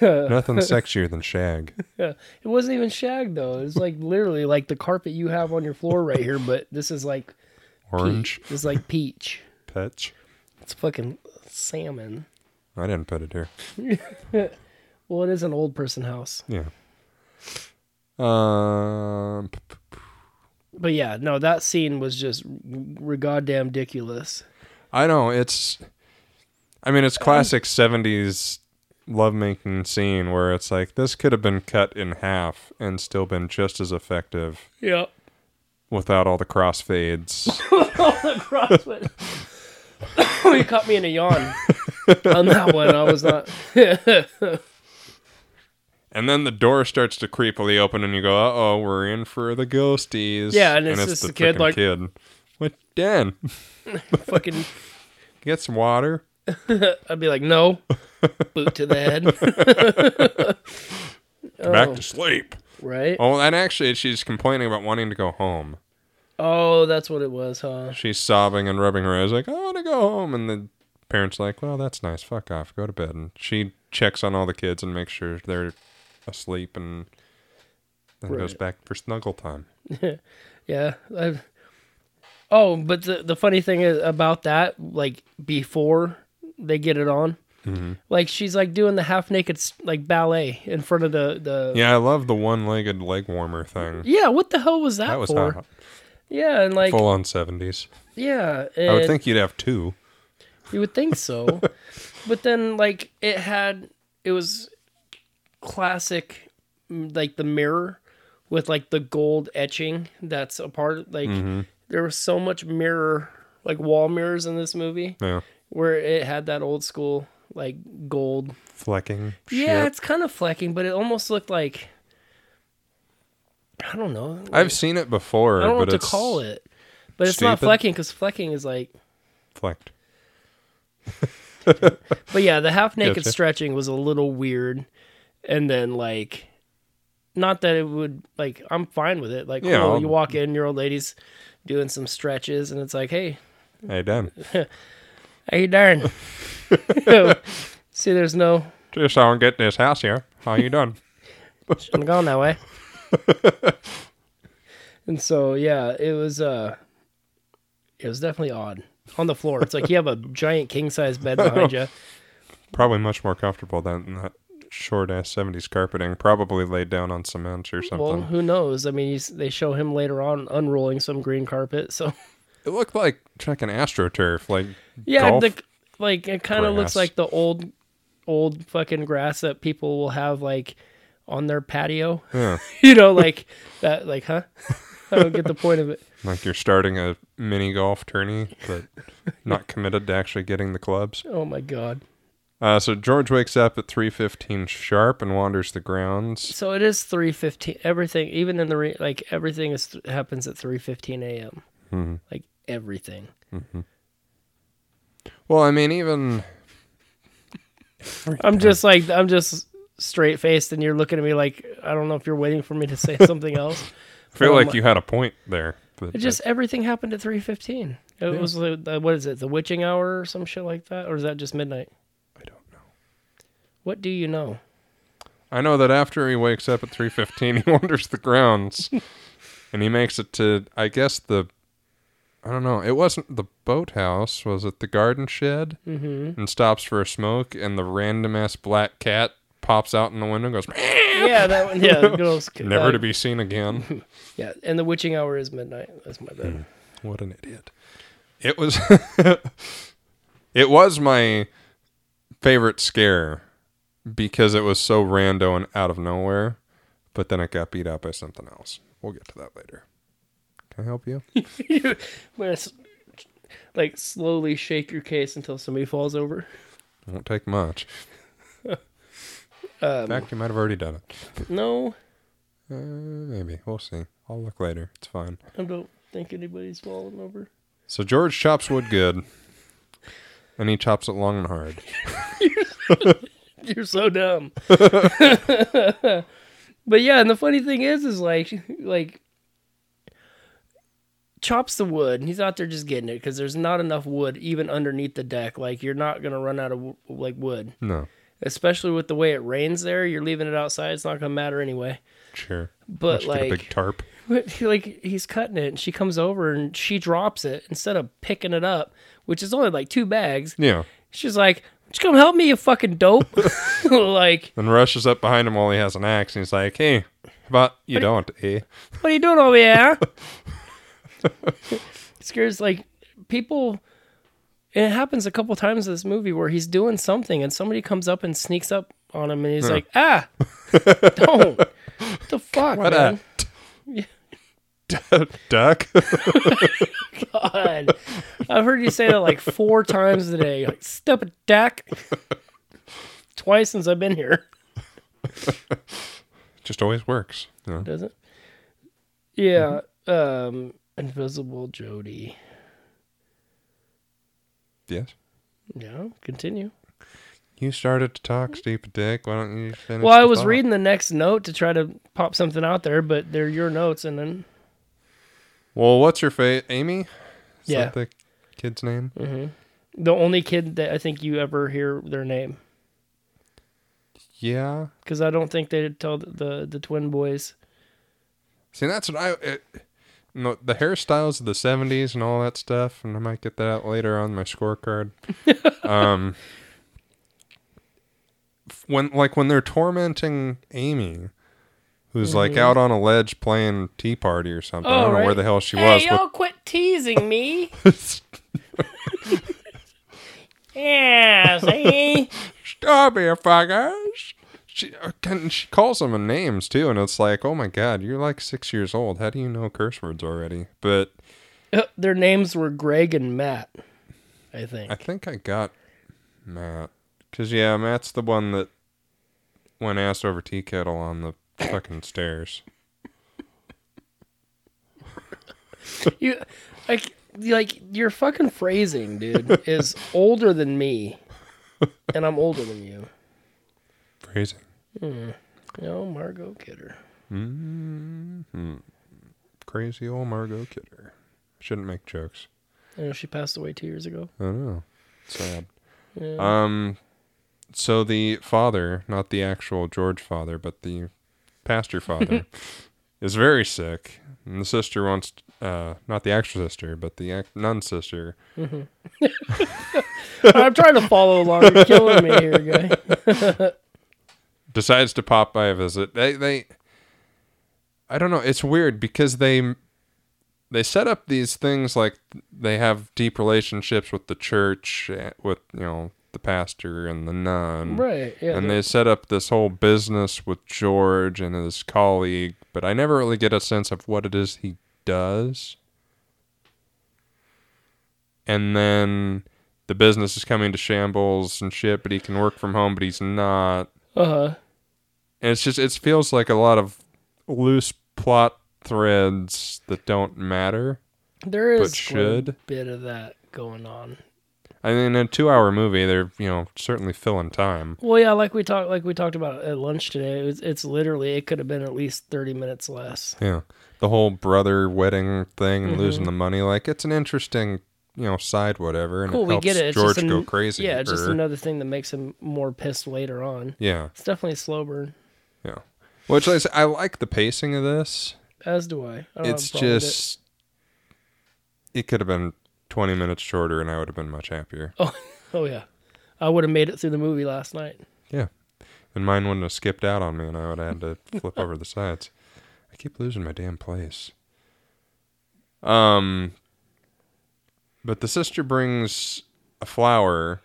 Speaker 2: Nothing sexier than shag.
Speaker 4: Yeah. It wasn't even shag though. It was like literally like the carpet you have on your floor right here, but this is like
Speaker 2: Orange.
Speaker 4: peach. It's like peach.
Speaker 2: Pitch.
Speaker 4: It's fucking salmon.
Speaker 2: I didn't put it here.
Speaker 4: Well, it is an old person house.
Speaker 2: Yeah. Um, p- p-
Speaker 4: But yeah, no, that scene was just r- goddamn ridiculous.
Speaker 2: I know it's. I mean, it's classic '70s lovemaking scene where it's like this could have been cut in half and still been just as effective
Speaker 4: Yep.
Speaker 2: without all the crossfades.
Speaker 4: CrossFit. you caught me in a yawn on that one. I was not.
Speaker 2: and then the door starts to creepily open, and you go, "Uh oh, we're in for the ghosties."
Speaker 4: Yeah, and it's just the kid,
Speaker 2: frickin'
Speaker 4: like-
Speaker 2: kid. What, Dan?
Speaker 4: fucking
Speaker 2: Get some water.
Speaker 4: I'd be like, no, boot to the head, Oh.
Speaker 2: Back to sleep.
Speaker 4: right?
Speaker 2: Oh, and actually, she's complaining about wanting to go home.
Speaker 4: Oh, that's what it was, huh?
Speaker 2: She's sobbing and rubbing her eyes, like, I want to go home. And the parents like, well, that's nice. Fuck off. Go to bed. And she checks on all the kids and makes sure they're asleep and then goes
Speaker 4: Right.
Speaker 2: back for snuggle time.
Speaker 4: Yeah. I've... Oh, but the the funny thing is about that, like before they get it on,
Speaker 2: Mm-hmm.
Speaker 4: like she's like doing the half naked like ballet in front of the the.
Speaker 2: Yeah, I love the one-legged leg warmer thing.
Speaker 4: Yeah, what the hell was that,
Speaker 2: That was
Speaker 4: for?
Speaker 2: hot.
Speaker 4: Yeah, and like
Speaker 2: Full on 70s.
Speaker 4: yeah,
Speaker 2: I would
Speaker 4: and-
Speaker 2: think you'd have two.
Speaker 4: You would think so. but then like it had it was classic mm, like the mirror with like the gold etching that's a part of like
Speaker 2: Mm-hmm.
Speaker 4: there was so much mirror like wall mirrors in this movie
Speaker 2: Yeah.
Speaker 4: where it had that old school like gold
Speaker 2: Flecking.
Speaker 4: yeah
Speaker 2: shit.
Speaker 4: it's kind of flecking but it almost looked like i don't know
Speaker 2: I've seen it before,
Speaker 4: i don't know
Speaker 2: but
Speaker 4: what to
Speaker 2: it's
Speaker 4: call it but it's not
Speaker 2: stupid.
Speaker 4: flecking because flecking is like
Speaker 2: flecked.
Speaker 4: But yeah, the half naked
Speaker 2: Gotcha.
Speaker 4: stretching was a little weird. And then like not that it would like I'm fine with it. Like
Speaker 2: Yeah,
Speaker 4: cool,
Speaker 2: I'll-
Speaker 4: you walk in, your old lady's doing some stretches and it's like, hey,
Speaker 2: Hey, Dan.
Speaker 4: how you darn? See, there's no.
Speaker 2: Just so I can get this house here. How you done?
Speaker 4: Shouldn't have gone that way. and so yeah, it was uh it was definitely odd. On the floor. It's like you have a giant king size bed behind you.
Speaker 2: Probably much more comfortable than that short ass seventies carpeting. Probably laid down on cement or
Speaker 4: Well,
Speaker 2: something.
Speaker 4: who knows? I mean, he's, they show him later on unrolling some green carpet. So
Speaker 2: it looked like like an astroturf, like
Speaker 4: yeah,
Speaker 2: golf.
Speaker 4: the, like it kind of
Speaker 2: grass.
Speaker 4: looks like the old, old fucking grass that people will have like on their patio.
Speaker 2: Yeah.
Speaker 4: you know, like that. Like, huh? I don't get the point of it.
Speaker 2: like you're starting a mini golf tourney, but not committed to actually getting the clubs.
Speaker 4: Oh my god.
Speaker 2: Uh, so George wakes up at three fifteen sharp and wanders the grounds.
Speaker 4: So it is three fifteen. Everything, even in the re- like, everything is happens at three fifteen a.m.
Speaker 2: Mm-hmm.
Speaker 4: Like everything.
Speaker 2: Well, I mean, even
Speaker 4: I'm just like I'm just straight faced, and you're looking at me like I don't know if you're waiting for me to say something else.
Speaker 2: I feel
Speaker 4: Oh
Speaker 2: like
Speaker 4: my-
Speaker 2: you had a point there. But
Speaker 4: It just everything happened at three fifteen. It was the, the- what is it? The witching hour or some shit like that, or is that just midnight?
Speaker 2: I don't know.
Speaker 4: What do you know?
Speaker 2: I know that after he wakes up at 3:15, he wanders the grounds, and he makes it to, I guess the, I don't know. It wasn't the boathouse, was it? The garden shed, mm-hmm. and stops for a smoke, and the random ass black cat pops out in the window, and goes
Speaker 4: Yeah, that one. Yeah, the girls.
Speaker 2: never
Speaker 4: uh,
Speaker 2: to be seen again.
Speaker 4: Yeah, and the witching hour is midnight. That's my
Speaker 2: Hmm.
Speaker 4: bad.
Speaker 2: what an idiot! It was, it was my favorite scare because it was so rando and out of nowhere. But then it got beat out by something else. We'll get to that later. Can I help you?
Speaker 4: you gonna s- like slowly shake your case until somebody falls over.
Speaker 2: Won't take much.
Speaker 4: Um,
Speaker 2: In fact, you might have already done it.
Speaker 4: No,
Speaker 2: Uh, maybe. We'll see. I'll look later. It's fine.
Speaker 4: I don't think anybody's fallen over.
Speaker 2: So George chops wood good, and he chops it long and hard.
Speaker 4: You're so dumb. but yeah, and the funny thing is, is like, like chops the wood. And he's out there just getting it because there's not enough wood even underneath the deck. Like you're not gonna run out of w- like wood,
Speaker 2: No.
Speaker 4: especially with the way it rains there. You're leaving it outside; it's not gonna matter anyway.
Speaker 2: Sure. Why
Speaker 4: But
Speaker 2: don't you get a big
Speaker 4: like,
Speaker 2: tarp.
Speaker 4: But he, like he's cutting it, and she comes over and she drops it instead of picking it up, which is only like two bags.
Speaker 2: Yeah.
Speaker 4: She's like, "Just come help me, you fucking dope!" like,
Speaker 2: And rushes up behind him while he has an axe, and he's like, "Hey, how about you don't, eh?"
Speaker 4: what are you doing over here? Scares like people. And it happens a couple times in this movie where he's doing something and somebody comes up and sneaks up on him, and he's like, "Ah, don't what the fuck,
Speaker 2: What
Speaker 4: man."
Speaker 2: a d- uh, duck.
Speaker 4: God. I've heard you say that like four times today. You're Like, step a duck. Twice since I've been here.
Speaker 2: Just always works. you know?
Speaker 4: Does it? Yeah.
Speaker 2: Mm-hmm.
Speaker 4: Um Invisible Jody.
Speaker 2: Yes.
Speaker 4: Yeah, continue.
Speaker 2: You started to talk, stupid dick. Why don't you finish?
Speaker 4: Mm-hmm. Well, I
Speaker 2: the
Speaker 4: was
Speaker 2: thought?
Speaker 4: reading the next note to try to pop something out there, but they're your notes and then
Speaker 2: Well, what's your fate, Amy? Is
Speaker 4: Yeah.
Speaker 2: that
Speaker 4: Mm.
Speaker 2: the kid's name?
Speaker 4: the only kid that I think you ever hear their name.
Speaker 2: Yeah.
Speaker 4: Because I don't think they tell the, the the twin boys.
Speaker 2: See, that's what I. It, no, the hairstyles of the '70s and all that stuff, and I might get that out later on my scorecard. um, f- when like when they're tormenting Amy, who's like out on a ledge playing tea party or something. I
Speaker 4: Mm-hmm. Oh,
Speaker 2: don't know where
Speaker 4: right.
Speaker 2: the hell she was.
Speaker 4: Hey, y'all quit teasing me.
Speaker 2: With,
Speaker 4: yeah, see?
Speaker 2: Stop here, fuckers. She, uh, can, she calls them in names too, and it's like, oh my god, you're like six years old. How do you know curse words already? But
Speaker 4: Uh, Their names were Greg and Matt, I think.
Speaker 2: I think I got Matt. Because, yeah, Matt's the one that went ass over tea kettle on the fucking stairs.
Speaker 4: You like like your fucking phrasing, dude, is older than me, and I'm older than you.
Speaker 2: Phrasing.
Speaker 4: You know, Margot Kidder.
Speaker 2: Crazy old Margot Kidder. Shouldn't make jokes.
Speaker 4: You know, she passed away two years ago.
Speaker 2: I don't know. Sad. Um, so the father, not the actual George father, but the pastor father, is very sick, and the sister wants. Uh, not the actual sister, but the ac- nun sister.
Speaker 4: I'm trying to follow along. You're killing me here, guy.
Speaker 2: decides to pop by a visit. They they I don't know, it's weird because they they set up these things like they have deep relationships with the church eh, with, you know, the pastor and the nun.
Speaker 4: Right. Yeah.
Speaker 2: and they set up this whole business with George and his colleague, but I never really get a sense of what it is he does. And then the business is coming to shambles and shit, but he can work from home, but he's not.
Speaker 4: uh huh.
Speaker 2: And it's just it feels like a lot of loose plot threads that don't matter.
Speaker 4: There is
Speaker 2: should.
Speaker 4: a bit of that going on.
Speaker 2: I mean, in a two-hour movie, they're you know certainly filling time.
Speaker 4: Well, yeah, like we talked, like we talked about at lunch today. It was, it's literally it could have been at least thirty minutes less.
Speaker 2: Yeah, the whole brother wedding thing and
Speaker 4: Mm-hmm.
Speaker 2: losing the money, like it's an interesting you know side whatever, and
Speaker 4: Cool,
Speaker 2: it
Speaker 4: we
Speaker 2: helps
Speaker 4: get it. It's
Speaker 2: George
Speaker 4: just an-
Speaker 2: go crazy. er.
Speaker 4: Yeah, it's just
Speaker 2: or-
Speaker 4: another thing that makes him more pissed later on.
Speaker 2: yeah,
Speaker 4: It's definitely a slow burn.
Speaker 2: yeah. Which like I said, I like the pacing of this.
Speaker 4: As do I. I don't have a
Speaker 2: it's
Speaker 4: problem Oh, with it.
Speaker 2: just it. could have been twenty minutes shorter, and I would have been much happier.
Speaker 4: oh, oh yeah, I would have made it through the movie last night.
Speaker 2: Yeah. And mine wouldn't have skipped out on me and I would have had to flip over the sides. I keep losing my damn place. Um but the sister brings a flower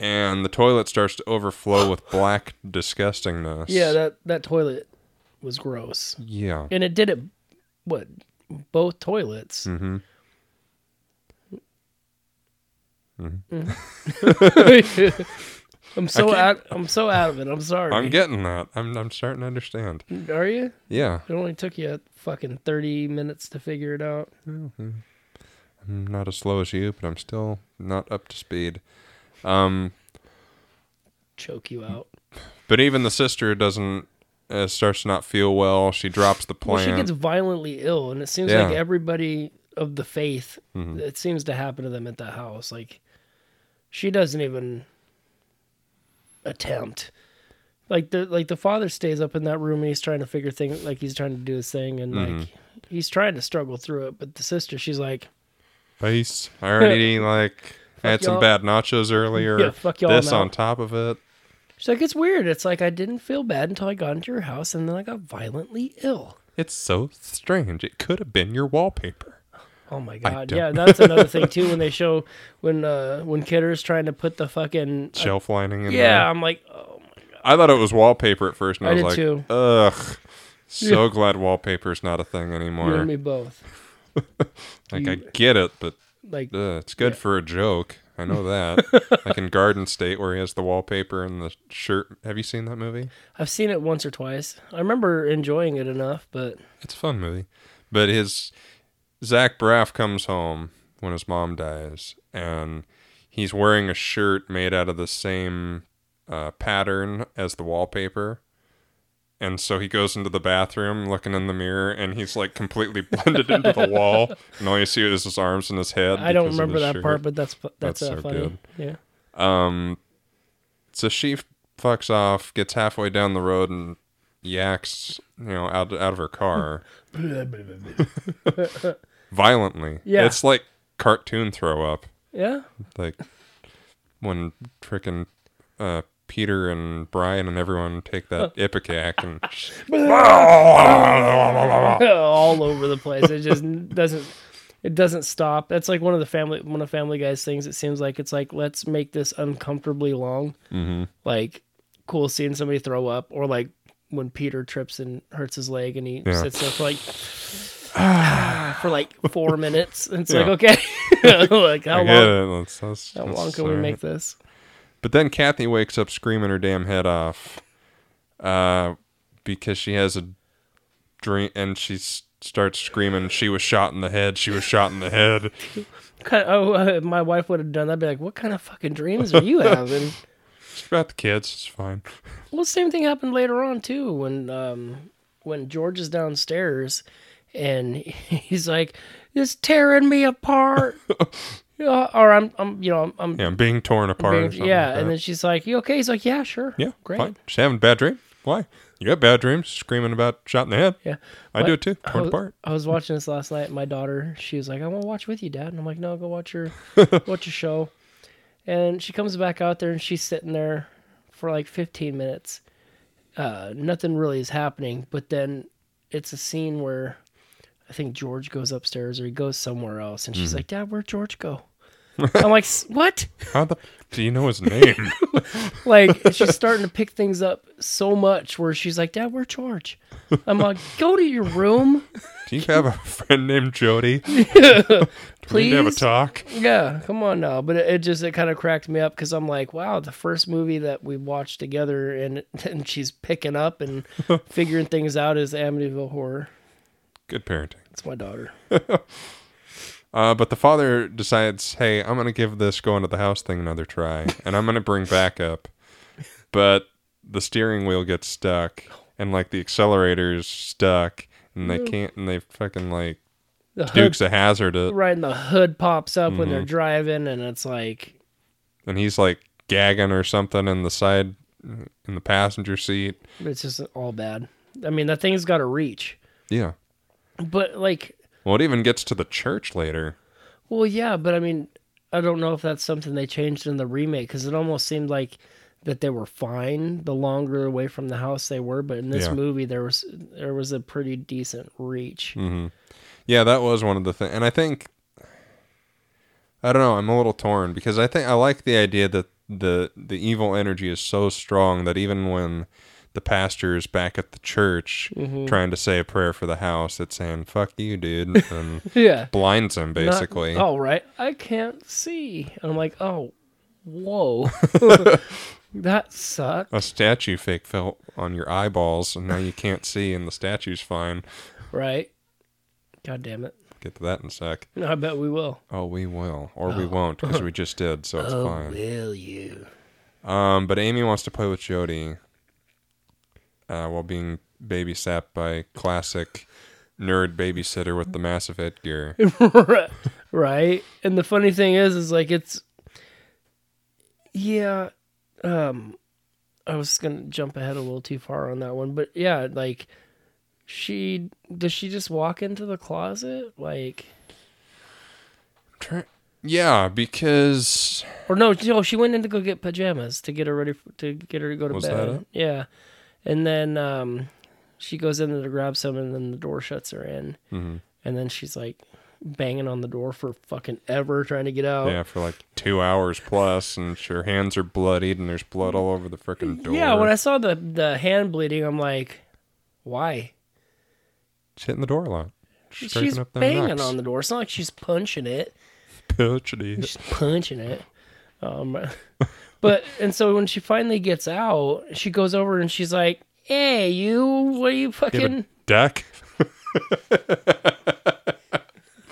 Speaker 2: and the toilet starts to overflow with black disgustingness.
Speaker 4: Yeah, that that toilet was gross,
Speaker 2: yeah.
Speaker 4: and it did it. What both toilets?
Speaker 2: Mhm.
Speaker 4: I'm so out. I'm so out of it. I'm sorry.
Speaker 2: I'm getting that. I'm I'm starting to understand.
Speaker 4: Are you?
Speaker 2: Yeah.
Speaker 4: It only took you fucking thirty minutes to figure it out.
Speaker 2: I'm not as slow as you, but I'm still not up to speed. Um
Speaker 4: Choke you out.
Speaker 2: but even the sister doesn't uh, starts to not feel well. She drops the
Speaker 4: Well,
Speaker 2: plant.
Speaker 4: she gets violently ill, and it seems
Speaker 2: Yeah. Mm-hmm.
Speaker 4: like everybody of the faith, it seems to happen to them at the house. Like, she doesn't even attempt. Like the like the father stays up in that room and he's trying to figure things like he's trying to do his thing and
Speaker 2: Mm-hmm.
Speaker 4: like he's trying to struggle through it. But the sister, she's like,
Speaker 2: Peace. I already like I had some
Speaker 4: y'all.
Speaker 2: bad nachos earlier.
Speaker 4: Yeah, fuck y'all,
Speaker 2: this
Speaker 4: I'm out.
Speaker 2: on top of it.
Speaker 4: she's like it's weird. It's like I didn't feel bad until I got into your house and then I got violently ill.
Speaker 2: It's so strange. It could have been your wallpaper.
Speaker 4: Oh my god.
Speaker 2: don't-
Speaker 4: Yeah, that's another thing too when they show when uh when Kidder's trying to put the fucking
Speaker 2: Shelf lining in
Speaker 4: Yeah, I'm like, oh,
Speaker 2: there. I thought it was wallpaper at first and I,
Speaker 4: I
Speaker 2: was
Speaker 4: did
Speaker 2: like,
Speaker 4: too.
Speaker 2: ugh. So glad wallpaper's not a thing
Speaker 4: you
Speaker 2: anymore.
Speaker 4: and me both.
Speaker 2: like I get it, but
Speaker 4: Like,
Speaker 2: uh, it's good for a joke. I know that. like in Garden State where he has the wallpaper and the shirt. Have you seen that movie?
Speaker 4: I've seen it once or twice. I remember enjoying it enough, but
Speaker 2: It's a fun movie. But his Zach Braff comes home when his mom dies, and he's wearing a shirt made out of the same uh, pattern as the wallpaper. And so he goes into the bathroom, looking in the mirror, and he's like completely blended into the wall. And all you see is his arms and his head.
Speaker 4: I don't
Speaker 2: because of
Speaker 4: remember
Speaker 2: the
Speaker 4: that
Speaker 2: shirt.
Speaker 4: part. But that's fu- that's,
Speaker 2: That's
Speaker 4: uh,
Speaker 2: so
Speaker 4: funny.
Speaker 2: good.
Speaker 4: Yeah,
Speaker 2: Um, so she f- fucks off, gets halfway down the road, and yaks, you know, out out of her car. violently.
Speaker 4: Yeah.
Speaker 2: It's like cartoon throw up.
Speaker 4: yeah.
Speaker 2: Like when frickin' uh, Peter and Brian and everyone take that ipecac and
Speaker 4: all over the place. It just doesn't. It doesn't stop. That's like one of the family one of Family Guy's things. It seems like it's like let's make this uncomfortably long. Mm-hmm. Like cool seeing somebody throw up, or like when Peter trips and hurts his leg, and he
Speaker 2: Yeah.
Speaker 4: sits there for like for like four minutes. And it's
Speaker 2: Yeah.
Speaker 4: like okay, like how
Speaker 2: I
Speaker 4: long?
Speaker 2: get it. That's, that's,
Speaker 4: How
Speaker 2: that's
Speaker 4: long can we
Speaker 2: alright.
Speaker 4: make this?
Speaker 2: But then Kathy wakes up screaming her damn head off uh, because she has a dream and she s- starts screaming, She was shot in the head. She was shot in the head.
Speaker 4: Kind oh, uh, if my wife would have done that. I'd be like, what kind of fucking dreams are you having?
Speaker 2: It's about the kids. It's fine.
Speaker 4: Well, same thing happened later on too when um when George is downstairs and he's like, "It's tearing me apart." yeah, or I'm, I'm, you know, I'm, I'm
Speaker 2: Yeah, I'm being torn apart. or
Speaker 4: being-
Speaker 2: something
Speaker 4: yeah.
Speaker 2: like that.
Speaker 4: and then she's like, "You okay?" He's like, "Yeah, sure."
Speaker 2: yeah,
Speaker 4: great.
Speaker 2: Fine. Just having a bad dream. Why? You got bad dreams, screaming about shot in the head.
Speaker 4: Yeah.
Speaker 2: I do
Speaker 4: What- Oh.
Speaker 2: it too.
Speaker 4: I
Speaker 2: Torn
Speaker 4: was-
Speaker 2: apart.
Speaker 4: I was watching this last night. My daughter, she was like, "I want to watch with you, Dad," and I'm like, "No, go watch your watch your show." And she comes back out there, and she's sitting there for like 15 minutes. Uh, nothing really is happening, but then it's a scene where I think George goes upstairs or he goes somewhere else, and she's like, "Dad, where'd George go?" I'm like, "S- "What?"
Speaker 2: How the f- do you know his name?
Speaker 4: Like she's starting to pick things up so much where she's like, "Dad, where George?" I'm like, "Go to your room."
Speaker 2: do you have a friend named Jody? do we need to have a
Speaker 4: Please?
Speaker 2: talk?
Speaker 4: Yeah, come on now. But it, it just it kind of cracked me up because I'm like, wow, the first movie that we watched together, and and she's picking up and figuring things out is Amityville Horror.
Speaker 2: Good parenting.
Speaker 4: It's my daughter.
Speaker 2: Uh, but the father decides, hey, I'm going to give this going to the house thing another try, and I'm going to bring backup. But the steering wheel gets stuck, and like the accelerator's stuck, and they can't, and they fucking like
Speaker 4: The hood,
Speaker 2: Duke's a hazard it.
Speaker 4: right, and the hood pops up when they're driving, and it's like,
Speaker 2: And he's like gagging or something in the side, in the passenger seat.
Speaker 4: it's just all bad. I mean, that thing's got to reach,
Speaker 2: Yeah.
Speaker 4: but like,
Speaker 2: Well, it even gets to the church later.
Speaker 4: well, yeah, but I mean, I don't know if that's something they changed in the remake because it almost seemed like. That they were fine the longer away from the house they were, but in this
Speaker 2: Yeah.
Speaker 4: movie there was there was a pretty decent reach.
Speaker 2: Mm-hmm. Yeah, that was one of the things. And I think I don't know, I'm a little torn because I think I like the idea that the the evil energy is so strong that even when the pastor is back at the church
Speaker 4: Mm-hmm.
Speaker 2: trying to say a prayer for the house, it's saying, Fuck you, dude and
Speaker 4: Yeah.
Speaker 2: blinds him
Speaker 4: Not-
Speaker 2: basically.
Speaker 4: oh, right. I can't see. And I'm like, oh, whoa. that sucked.
Speaker 2: A statue fake fell on your eyeballs and now you can't see and the statue's fine.
Speaker 4: Right. God damn it.
Speaker 2: Get to that in a sec.
Speaker 4: No, I bet we will.
Speaker 2: Oh, we will. Or
Speaker 4: Oh.
Speaker 2: we won't because we just did, so it's fine.
Speaker 4: Will you?
Speaker 2: Um, but Amy wants to play with Jody uh, while being babysat by classic nerd babysitter with the massive headgear.
Speaker 4: right. And the funny thing is, is like, it's. Yeah. Um, I was going to jump ahead a little too far on that one. But yeah, like, she. Does she just walk into the closet? Like.
Speaker 2: Try- Yeah, because
Speaker 4: Or no, she- no, she went in to go get pajamas to get her ready for, to get her to go to
Speaker 2: Was
Speaker 4: bed.
Speaker 2: that it?
Speaker 4: Yeah, and then um, she goes in there to grab some, and then the door shuts her in,
Speaker 2: Mm-hmm.
Speaker 4: and then she's like banging on the door for fucking ever trying to get out.
Speaker 2: yeah, for like two hours plus, and her hands are bloodied, and there's blood all over the freaking door.
Speaker 4: Yeah, when I saw the the hand bleeding, I'm like, why?
Speaker 2: she's hitting the door a lot,
Speaker 4: she's banging on the door. It's not like she's punching it.
Speaker 2: pitch. it is.
Speaker 4: She's punching it. Um, but and so when she finally gets out, she goes over and she's like, "Hey, you, what are you
Speaker 2: Give
Speaker 4: fucking?"
Speaker 2: a duck.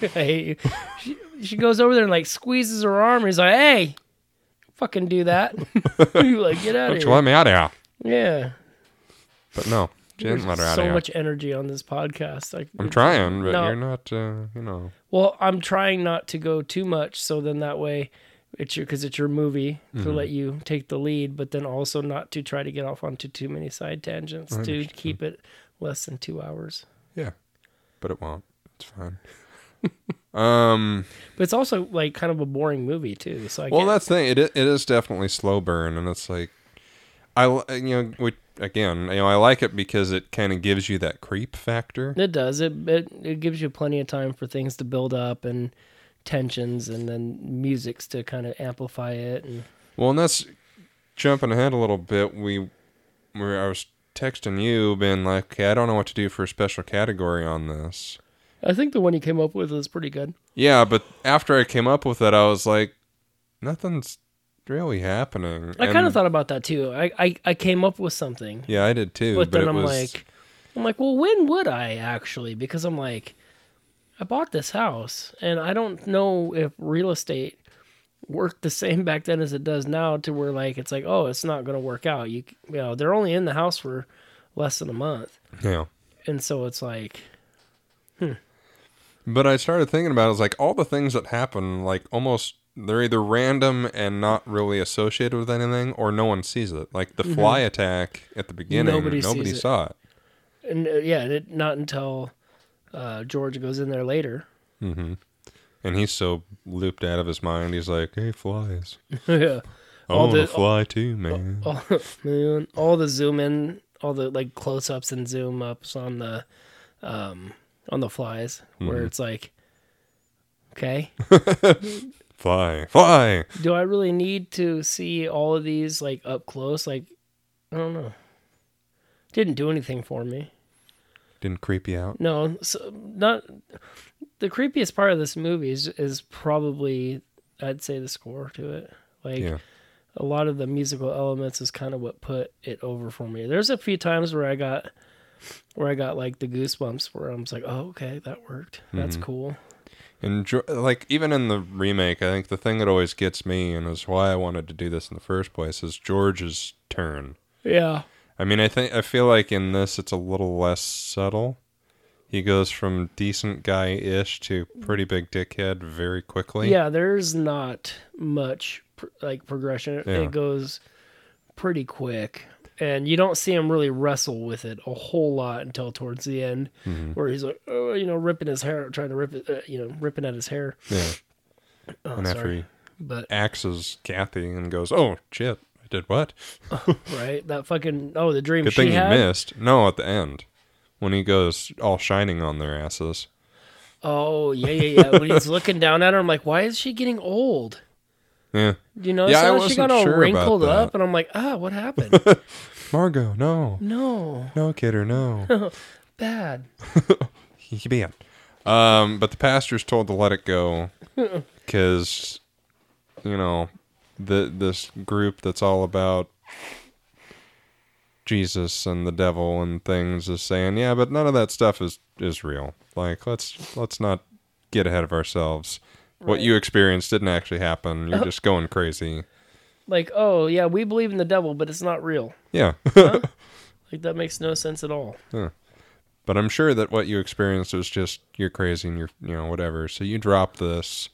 Speaker 4: Hey, she, she goes over there and like squeezes her arm. And he's like, "Hey, fucking do that!" you like get out of
Speaker 2: Don't
Speaker 4: here.
Speaker 2: you let me out of here.
Speaker 4: Yeah,
Speaker 2: But no, she didn't let her out
Speaker 4: so
Speaker 2: of here.
Speaker 4: much energy on this podcast. Like,
Speaker 2: I'm trying, but
Speaker 4: No.
Speaker 2: you're not. Uh, you know,
Speaker 4: well, I'm trying not to go too much, so then that way, it's your because it's your movie
Speaker 2: Mm-hmm.
Speaker 4: to let you take the lead, but then also not to try to get off onto too many side tangents to keep it less than two hours.
Speaker 2: Yeah, but it won't. It's fine. um.
Speaker 4: But it's also like kind of a boring movie too. So I
Speaker 2: Well,
Speaker 4: get-
Speaker 2: that's the thing. It i- it is definitely slow burn, and it's like I li- you know we again you know I like it because it kind of gives you that creep factor.
Speaker 4: It does. It, it it gives you plenty of time for things to build up and tensions, and then music's to kind of amplify it. And
Speaker 2: Well, and that's jumping ahead a little bit. We where I was texting you, being like, okay, I don't know what to do for a special category on this.
Speaker 4: I think the one you came up with is pretty good.
Speaker 2: Yeah, but after I came up with it, I was like, nothing's really happening.
Speaker 4: I kind
Speaker 2: And-
Speaker 4: of thought about that too. I I, I came up with something,
Speaker 2: Yeah, I did too.
Speaker 4: but, then
Speaker 2: it
Speaker 4: I'm
Speaker 2: was,
Speaker 4: like, I'm like, well, when would I actually? Because I'm like, I bought this house, and I don't know if real estate worked the same back then as it does now. To where like it's like, oh, it's not going to work out. You c- you know, they're only in the house for less than a month.
Speaker 2: yeah.
Speaker 4: and so it's like
Speaker 2: But I started thinking about it, it's like all the things that happen, like almost they're either random and not really associated with anything, or no one sees it. Like the fly attack at the beginning,
Speaker 4: Mm-hmm. Nobody
Speaker 2: nobody,
Speaker 4: sees it.
Speaker 2: saw it.
Speaker 4: And uh, yeah, and it, not until uh, George goes in there later.
Speaker 2: And he's so looped out of his mind, he's like, "Hey, flies!
Speaker 4: yeah.
Speaker 2: I
Speaker 4: All
Speaker 2: want to
Speaker 4: the-
Speaker 2: fly too, man."
Speaker 4: all, man, all the zoom in, all the like close ups and zoom ups on the um on the flies where it's like okay,
Speaker 2: Fly, fly.
Speaker 4: do I really need to see all of these like up close like I don't know. Didn't do anything for me.
Speaker 2: Didn't creep you out.
Speaker 4: No, so not the creepiest part of this movie is is probably I'd say the score to it. Like
Speaker 2: Yeah.
Speaker 4: a lot of the musical elements is kind of what put it over for me. There's a few times where I got where I got like the goosebumps where I'm just like, "Oh, okay, that worked. That's cool."
Speaker 2: And dr- like even in the remake, I think the thing that always gets me and is why I wanted to do this in the first place is George's turn.
Speaker 4: Yeah.
Speaker 2: I mean, I think I feel like in this it's a little less subtle. He goes from decent guy-ish to pretty big dickhead very quickly.
Speaker 4: Yeah, there's not much pr- like progression. It,
Speaker 2: Yeah.
Speaker 4: it goes pretty quick, and you don't see him really wrestle with it a whole lot until towards the end,
Speaker 2: Mm-hmm.
Speaker 4: where he's like, oh, you know, ripping his hair, trying to rip it, uh, you know, ripping at his hair.
Speaker 2: Yeah. and after
Speaker 4: sorry.
Speaker 2: he
Speaker 4: But
Speaker 2: axes Kathy and goes, "Oh shit, I did what?"
Speaker 4: right, that fucking oh, the dream
Speaker 2: Good
Speaker 4: she
Speaker 2: thing
Speaker 4: had.
Speaker 2: he missed. No, at the end when he goes all shining on their asses.
Speaker 4: Oh yeah, yeah, yeah. when he's looking down at her, I'm like, why is she getting old?
Speaker 2: Yeah,
Speaker 4: You know,
Speaker 2: Yeah, I
Speaker 4: so she
Speaker 2: wasn't
Speaker 4: got all
Speaker 2: sure about
Speaker 4: wrinkled
Speaker 2: that.
Speaker 4: up, and I'm like, ah, what happened?
Speaker 2: Margot, no,
Speaker 4: no,
Speaker 2: no, kidder, no.
Speaker 4: bad.
Speaker 2: He could be out. Um, but the pastor's told to let it go because, you know, the this group that's all about Jesus and the devil and things is saying, yeah, but none of that stuff is is real. Like, let's let's not get ahead of ourselves. What you experienced didn't actually happen. You're just going crazy.
Speaker 4: Like, oh yeah, we believe in the devil, but it's not real.
Speaker 2: Yeah.
Speaker 4: Like that makes no sense at all.
Speaker 2: but I'm sure that what you experienced was just you're crazy and you're you know whatever. So you drop this,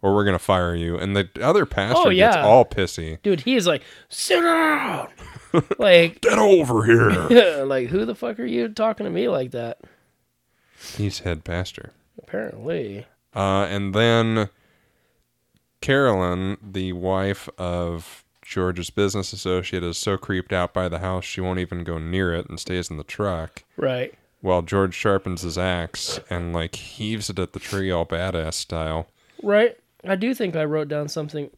Speaker 2: or we're gonna fire you. And the other pastor
Speaker 4: Oh,
Speaker 2: gets
Speaker 4: yeah.
Speaker 2: all pissy.
Speaker 4: Dude, he is like, sit down. like,
Speaker 2: Get over here.
Speaker 4: like who the fuck are you talking to me like that?
Speaker 2: He's head pastor.
Speaker 4: Apparently.
Speaker 2: Uh, and then Carolyn, the wife of George's business associate, is so creeped out by the house she won't even go near it and stays in the truck
Speaker 4: Right.
Speaker 2: while George sharpens his axe and like heaves it at the tree all badass style.
Speaker 4: Right. I do think I wrote down something.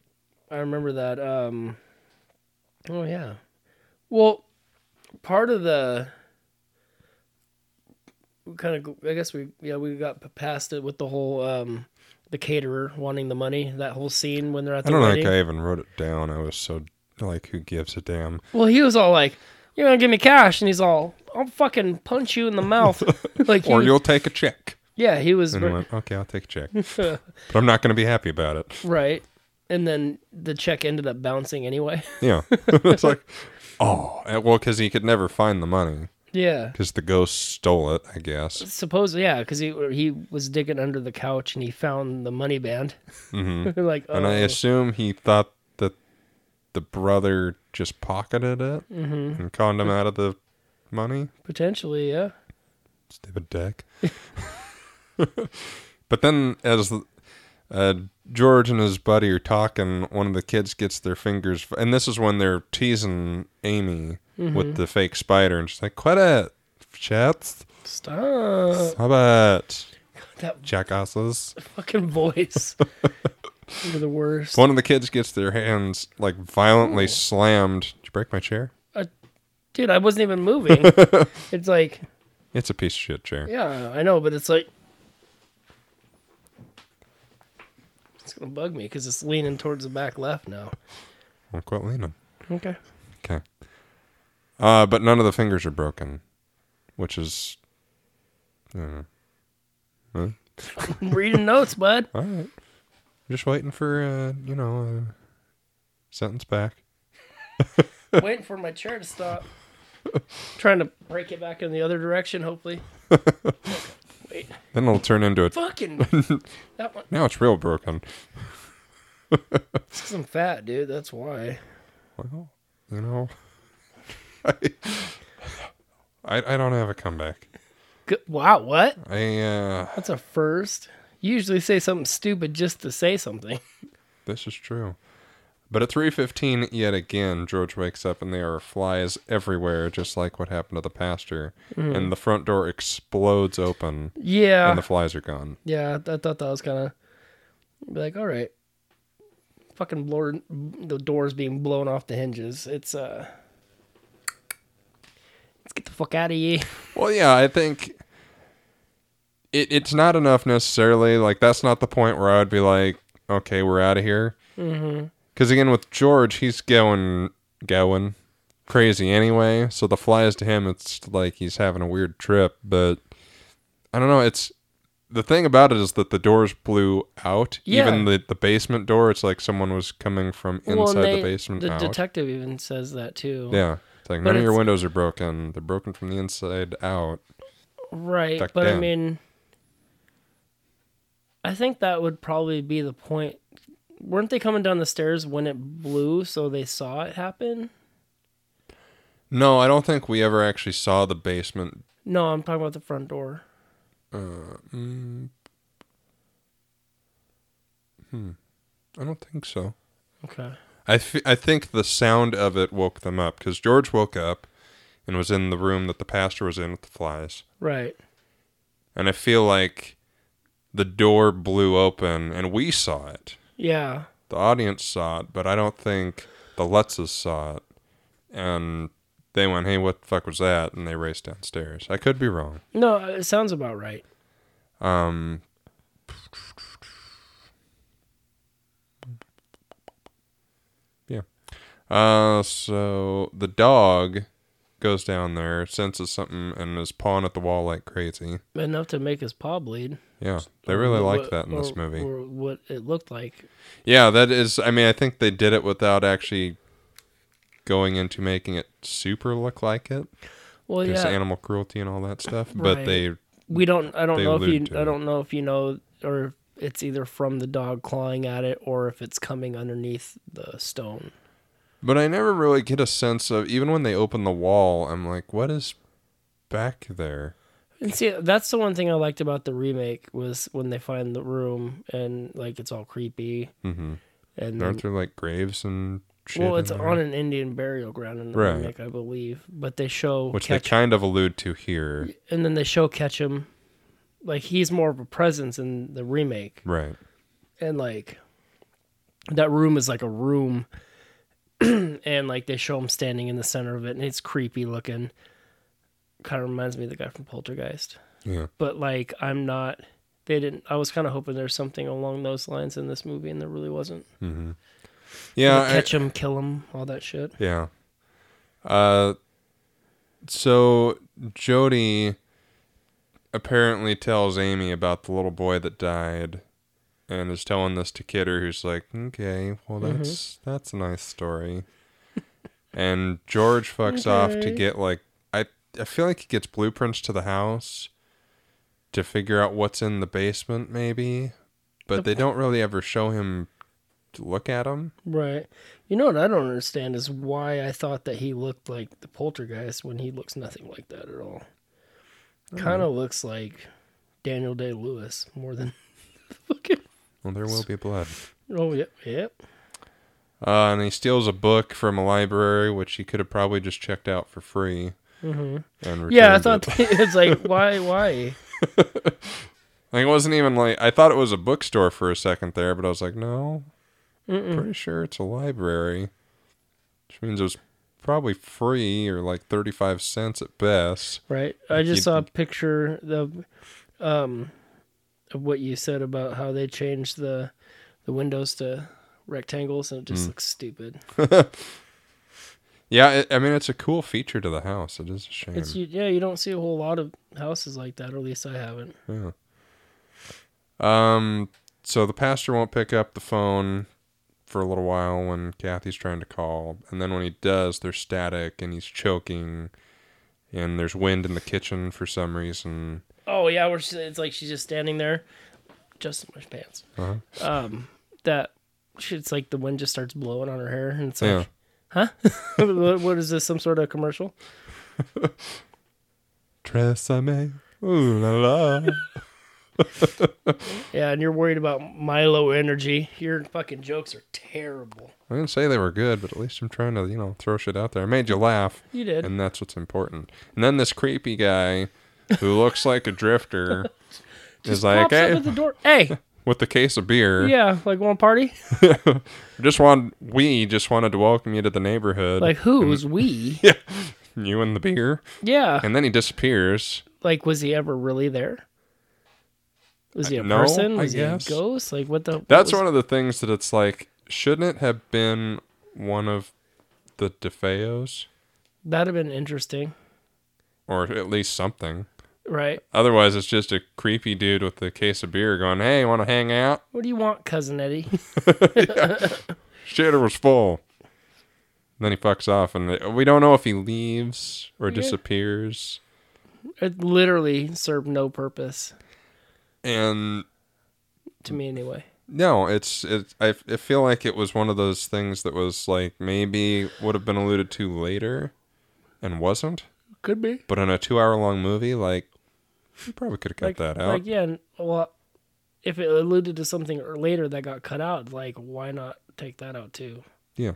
Speaker 4: I remember that. Um, oh yeah. Well, part of the kind of I guess we yeah we got past it with the whole um, the caterer wanting the money that whole scene when they're at
Speaker 2: I
Speaker 4: the
Speaker 2: don't
Speaker 4: wedding.
Speaker 2: think I even wrote it down. I was so like, who gives a damn?
Speaker 4: Well, he was all like, "You're gonna give me cash," and he's all, "I'll fucking punch you in the mouth." like,
Speaker 2: or
Speaker 4: he-
Speaker 2: you'll take a check.
Speaker 4: yeah, he was
Speaker 2: And I went, okay, I'll take a check. but I'm not going to be happy about it.
Speaker 4: right. And then the check ended up bouncing anyway.
Speaker 2: Yeah. it's like, oh, and- well, because he could never find the money
Speaker 4: yeah.
Speaker 2: because the ghost stole it, I guess.
Speaker 4: Suppose, yeah, because he he was digging under the couch and he found the money band. like, oh,
Speaker 2: Mm-hmm. And I assume he thought that the brother just pocketed it and conned him out of the money.
Speaker 4: potentially, yeah.
Speaker 2: Stupid deck. but then, as uh, George and his buddy are talking, one of the kids gets their fingers, and this is when they're teasing Amy with the fake spider, and she's like, "Quit it, chats,
Speaker 4: Stop
Speaker 2: how about
Speaker 4: that
Speaker 2: jackasses?"
Speaker 4: fucking voice. You're the worst.
Speaker 2: One of the kids gets their hands like violently slammed. Did you break my chair?
Speaker 4: Dude, I wasn't even moving. it's like,
Speaker 2: It's a piece of shit chair.
Speaker 4: yeah, I know, but it's like, it's gonna bug me because it's leaning towards the back left now.
Speaker 2: Well, quit leaning.
Speaker 4: Okay.
Speaker 2: Okay. Uh, but none of the fingers are broken, which is
Speaker 4: I'm reading notes, bud.
Speaker 2: All right. Just waiting for, uh, you know, uh, sentence back.
Speaker 4: Waiting for my chair to stop. Trying to break it back in the other direction, hopefully. Wait,
Speaker 2: Then it'll turn into a.
Speaker 4: fucking that one.
Speaker 2: Now it's real broken.
Speaker 4: It's 'cause I'm fat, dude. That's why.
Speaker 2: Well, you know, I, I don't have a comeback.
Speaker 4: Good. Wow, what?
Speaker 2: I uh,
Speaker 4: That's a first. You usually say something stupid just to say something.
Speaker 2: this is true. But at 3:15 yet again, George wakes up and there are flies everywhere just like what happened to the pastor and the front door explodes open
Speaker 4: Yeah.
Speaker 2: and the flies are gone.
Speaker 4: Yeah, I th- I thought that was kind of be like, all right, fucking Lord, the door's being blown off the hinges. It's uh, let's get the fuck out of here.
Speaker 2: Well, yeah, I think it, it's not enough necessarily. Like, that's not the point where I would be like, okay, we're out of here.
Speaker 4: Mm-hmm.
Speaker 2: Because again, with George, he's going, going crazy anyway. So the flies to him, it's like he's having a weird trip. But I don't know. It's the thing about it is that the doors blew out. Even
Speaker 4: Yeah.
Speaker 2: the, the basement door, it's like someone was coming from inside
Speaker 4: Well, and
Speaker 2: the
Speaker 4: they-
Speaker 2: basement
Speaker 4: The
Speaker 2: out.
Speaker 4: detective even says that too.
Speaker 2: yeah. It's like
Speaker 4: But
Speaker 2: none of your
Speaker 4: it's-
Speaker 2: windows are broken. They're broken from the inside out.
Speaker 4: right.
Speaker 2: Duck
Speaker 4: But I
Speaker 2: down.
Speaker 4: mean, I think that would probably be the point. Weren't they coming down the stairs when it blew, so they saw it happen?
Speaker 2: No, I don't think we ever actually saw the basement.
Speaker 4: No, I'm talking about the front door.
Speaker 2: I don't think so.
Speaker 4: Okay.
Speaker 2: I fe- I think the sound of it woke them up because George woke up and was in the room that the pastor was in with the flies.
Speaker 4: Right.
Speaker 2: And I feel like the door blew open and we saw it.
Speaker 4: Yeah.
Speaker 2: The audience saw it, but I don't think the Lutzes saw it. And they went, hey, what the fuck was that? And they raced downstairs. I could be wrong.
Speaker 4: No, it sounds about right.
Speaker 2: Um, yeah. Uh, so the dog goes down there, senses something, and is pawing at the wall like crazy.
Speaker 4: enough to make his paw bleed.
Speaker 2: Yeah, they really liked
Speaker 4: What-
Speaker 2: that in this
Speaker 4: or-
Speaker 2: movie.
Speaker 4: Or what it looked like.
Speaker 2: Yeah, that is. I mean, I think they did it without actually going into making it super look like it.
Speaker 4: Well,
Speaker 2: There's
Speaker 4: yeah,
Speaker 2: animal cruelty and all that stuff, but
Speaker 4: Right.
Speaker 2: they
Speaker 4: we don't. I don't
Speaker 2: they
Speaker 4: know if
Speaker 2: allude
Speaker 4: you.
Speaker 2: to
Speaker 4: I
Speaker 2: it.
Speaker 4: don't know if you know, or if it's either from the dog clawing at it, or if it's coming underneath the stone.
Speaker 2: But I never really get a sense of even when they open the wall, I'm like, what is back there?
Speaker 4: And see, that's the one thing I liked about the remake was when they find the room and like it's all creepy.
Speaker 2: Mm-hmm.
Speaker 4: And
Speaker 2: Aren't there like graves and shit?
Speaker 4: Mm. well,
Speaker 2: in
Speaker 4: it's
Speaker 2: there?
Speaker 4: on an Indian burial ground in the
Speaker 2: Right.
Speaker 4: remake, I believe. But they show
Speaker 2: which
Speaker 4: catch
Speaker 2: they kind of allude to here,
Speaker 4: and then they show Ketchum. Like he's more of a presence in the remake.
Speaker 2: right?
Speaker 4: and like that room is like a room and like they show him standing in the center of it and it's creepy looking kind of reminds me of the guy from poltergeist
Speaker 2: Yeah,
Speaker 4: but like i'm not they didn't i was kind of hoping there's something along those lines in this movie and there really wasn't
Speaker 2: yeah, I-
Speaker 4: catch him kill him all that shit
Speaker 2: yeah. Uh, so Jody apparently tells Amy about the little boy that died, and is telling this to Kidder, who's like, "Okay, well, that's that's a nice story." and George fucks off to get like I I feel like he gets blueprints to the house to figure out what's in the basement, maybe, but they don't really ever show him to look at them.
Speaker 4: right you know what i don't understand is why i thought that he looked like the poltergeist when he looks nothing like that at all kind of looks like daniel day lewis more than fucking
Speaker 2: Well, there will be blood.
Speaker 4: Oh yep, yep.
Speaker 2: Uh, and he steals a book from a library, which he could have probably just checked out for free. Mm-hmm. And
Speaker 4: Yeah, I
Speaker 2: returned
Speaker 4: thought
Speaker 2: it.
Speaker 4: it's like why, why?
Speaker 2: Like, it wasn't even like I thought it was a bookstore for a second there, but I was like, no, pretty sure it's a library, which means it was probably free or like thirty-five cents at best.
Speaker 4: Right. I
Speaker 2: You-
Speaker 4: just saw a picture of, um, of what you said about how they changed the, the windows to rectangles and it just looks stupid.
Speaker 2: Yeah, it, I mean it's a cool feature to the house. It is a shame.
Speaker 4: It's you, yeah, you don't see a whole lot of houses like that, or at least I haven't.
Speaker 2: Um, so the pastor won't pick up the phone for a little while when Kathy's trying to call, and then when he does, there's static and he's choking, and there's wind in the kitchen for some reason.
Speaker 4: oh yeah, where she, it's like she's just standing there, just in my pants.
Speaker 2: Uh-huh.
Speaker 4: Um, that she, it's like the wind just starts blowing on her hair, and it's
Speaker 2: Yeah.
Speaker 4: like, huh? what, what is this? Some sort of commercial?
Speaker 2: Tresemme. Ooh la la.
Speaker 4: Yeah, and you're worried about Milo energy. Your fucking jokes are terrible.
Speaker 2: I didn't say they were good, but at least I'm trying to, you know, throw shit out there. I made you laugh.
Speaker 4: You did.
Speaker 2: And that's what's important. And then this creepy guy who looks like a drifter is like, eh.
Speaker 4: Pops up
Speaker 2: hey,
Speaker 4: at the door. Hey,
Speaker 2: with the case of beer,
Speaker 4: yeah, like one party.
Speaker 2: just want we just wanted to welcome you to the neighborhood.
Speaker 4: Like who's we?
Speaker 2: you and the beer.
Speaker 4: Yeah.
Speaker 2: And then he disappears.
Speaker 4: Like, was he ever really there? Was he a
Speaker 2: No,
Speaker 4: person?
Speaker 2: I
Speaker 4: Was
Speaker 2: guess.
Speaker 4: he a ghost? Like, what the?
Speaker 2: That's
Speaker 4: what
Speaker 2: one of the things that it's like, shouldn't it have been one of the DeFeos?
Speaker 4: That'd have been interesting,
Speaker 2: Or at least something.
Speaker 4: right?
Speaker 2: Otherwise, it's just a creepy dude with the case of beer going, hey, want to hang out?
Speaker 4: What do you want, cousin Eddie?
Speaker 2: shitter was full. And then he fucks off, and we don't know if he leaves or disappears.
Speaker 4: it literally served no purpose
Speaker 2: And
Speaker 4: to me, anyway.
Speaker 2: no, it's it. I, f- I feel like it was one of those things that was like maybe would have been alluded to later, and wasn't.
Speaker 4: Could be.
Speaker 2: But in a two-hour-long movie, like you probably could have cut
Speaker 4: Like
Speaker 2: that out.
Speaker 4: Like, yeah. n- Well, if it alluded to something or later that got cut out, like, why not take that out too?
Speaker 2: Yeah,